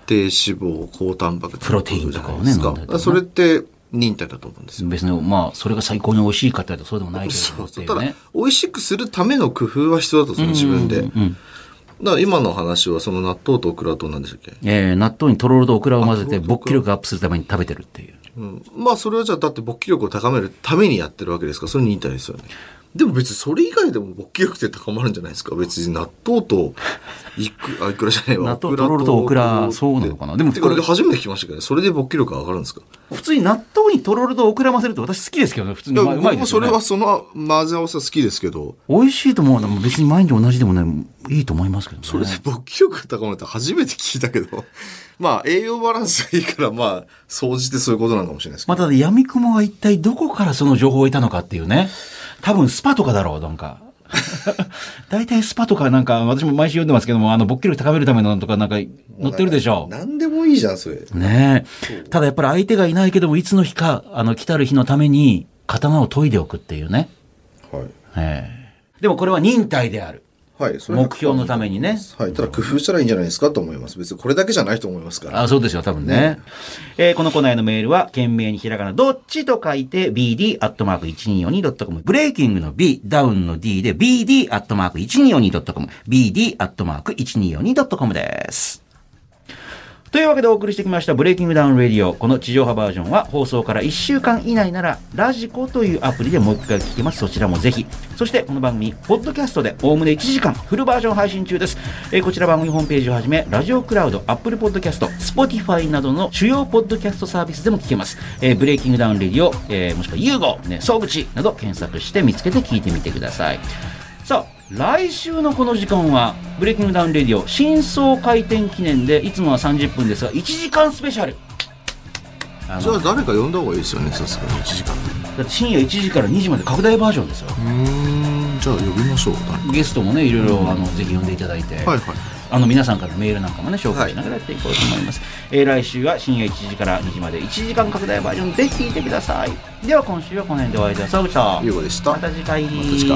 [SPEAKER 1] 低脂肪、高タンパク
[SPEAKER 7] プロテインとかをね
[SPEAKER 1] じゃな
[SPEAKER 7] 飲
[SPEAKER 1] い
[SPEAKER 7] んだりと
[SPEAKER 1] ですか
[SPEAKER 7] かね
[SPEAKER 1] それって忍耐だと思うんですよ。
[SPEAKER 7] 別に、まあ、それが最高に美味しいかって言うとそうでもないけ
[SPEAKER 1] そ
[SPEAKER 7] ど
[SPEAKER 1] う
[SPEAKER 7] って
[SPEAKER 1] そ。
[SPEAKER 7] いうう
[SPEAKER 1] ただ
[SPEAKER 7] ね。、
[SPEAKER 1] 美味しくするための工夫は必要だと思う、自分で。だから今の話は、その納豆とオクラと何でしたっけ
[SPEAKER 3] えー、納豆にとろろとオクラを混ぜて勃起力アップするために食べてるっていう。
[SPEAKER 1] うん、まあそれはじゃあだって勃起力を高めるためにやってるわけですからそれに対ですよねでも別にそれ以外でも勃起力って高まるんじゃないですか別に納豆 <laughs> といくあいくらじゃないわ
[SPEAKER 3] 納豆とろろとオクラそうなのかなでも
[SPEAKER 1] てこ
[SPEAKER 3] こ
[SPEAKER 1] れ
[SPEAKER 3] れ
[SPEAKER 1] 初めて聞きましたけどそれで勃起力が上がるんですか
[SPEAKER 3] 普通に納豆にとろろとオクラ混ぜるって私好きですけどね。普通
[SPEAKER 1] い
[SPEAKER 3] に
[SPEAKER 1] や
[SPEAKER 3] うまい。うまい
[SPEAKER 1] 僕
[SPEAKER 3] で
[SPEAKER 1] も
[SPEAKER 3] す
[SPEAKER 1] そ
[SPEAKER 3] よね
[SPEAKER 1] れはその混ぜ合わせは好きですけど
[SPEAKER 3] 美味しいと思うのも別に毎日同じでもね、いいと思いますけどね。
[SPEAKER 1] それで勃起力が高まるって初めて聞いたけど <laughs> まあ栄養バランスがいいからまあ総じてそういうことなのかもしれないですけ
[SPEAKER 3] まあ、ただ闇雲は一体どこからその情報を得たのかっていうね。多分スパとかだろう、なんか。 <laughs> 大体スパとかなんか、私も毎週読んでますけども、あの、勃起力高めるためのなんとかなんか載
[SPEAKER 1] ど
[SPEAKER 7] ってるでしょう。
[SPEAKER 1] 何でもいいじゃんそれ
[SPEAKER 3] ねえ。ただやっぱり相手がいないけども、いつの日か、あの、来たる日のために、刀を研いでおくっていうね。
[SPEAKER 1] はい
[SPEAKER 3] ええ。でもこれは忍耐である。
[SPEAKER 1] はい、それは
[SPEAKER 3] 目標のためにね。
[SPEAKER 1] はい、ただ工夫したらいいんじゃないですかと思います。別にこれだけじゃないと思いますから。
[SPEAKER 3] あ、そうですよ、多分ね。えーこのコーナーへのメールは、懸命にひらがな、どっちと書いて、bd.1242.com。ブレイキングの B、ダウンの D で、bd.1242.com。bd.1242.com です。というわけでお送りしてきました「ブレイキングダウン・レディオ」この地上波バージョンは放送から1週間以内ならラジコというアプリでもう一回聞けますそちらもぜひそしてこの番組ポッドキャストでおおむね1時間フルバージョン配信中です、えーこちら番組ホームページをはじめラジオクラウドアップルポッドキャストスポティファイなどの主要ポッドキャストサービスでも聞けます、えーブレイキングダウン・レディオ、えーもしくは UGO、ね、総口など検索して見つけて聞いてみてくださいさあ来週のこの時間は「ブレイキングダウン・レディオ」真相開店記念でいつもは30分ですが1時間スペシャルあの
[SPEAKER 1] じゃあ誰か呼んだ方がいいですよね、さすがに1時間。
[SPEAKER 3] だって深夜1時から2時まで拡大バージョンですよ
[SPEAKER 1] うん、じゃあ呼びましょう。は
[SPEAKER 3] ゲストもねいろいろあのぜひ呼んでいただいて、
[SPEAKER 1] いはい。
[SPEAKER 3] あの皆さんからのメールなんかもね紹介しながらやっていこうと思います、えー来週は深夜1時から2時まで1時間拡大バージョンぜひ聞いてくださいでは今週はこの辺でお会いいたいしましょう
[SPEAKER 1] ゆうごでした。
[SPEAKER 3] また次回
[SPEAKER 1] 次回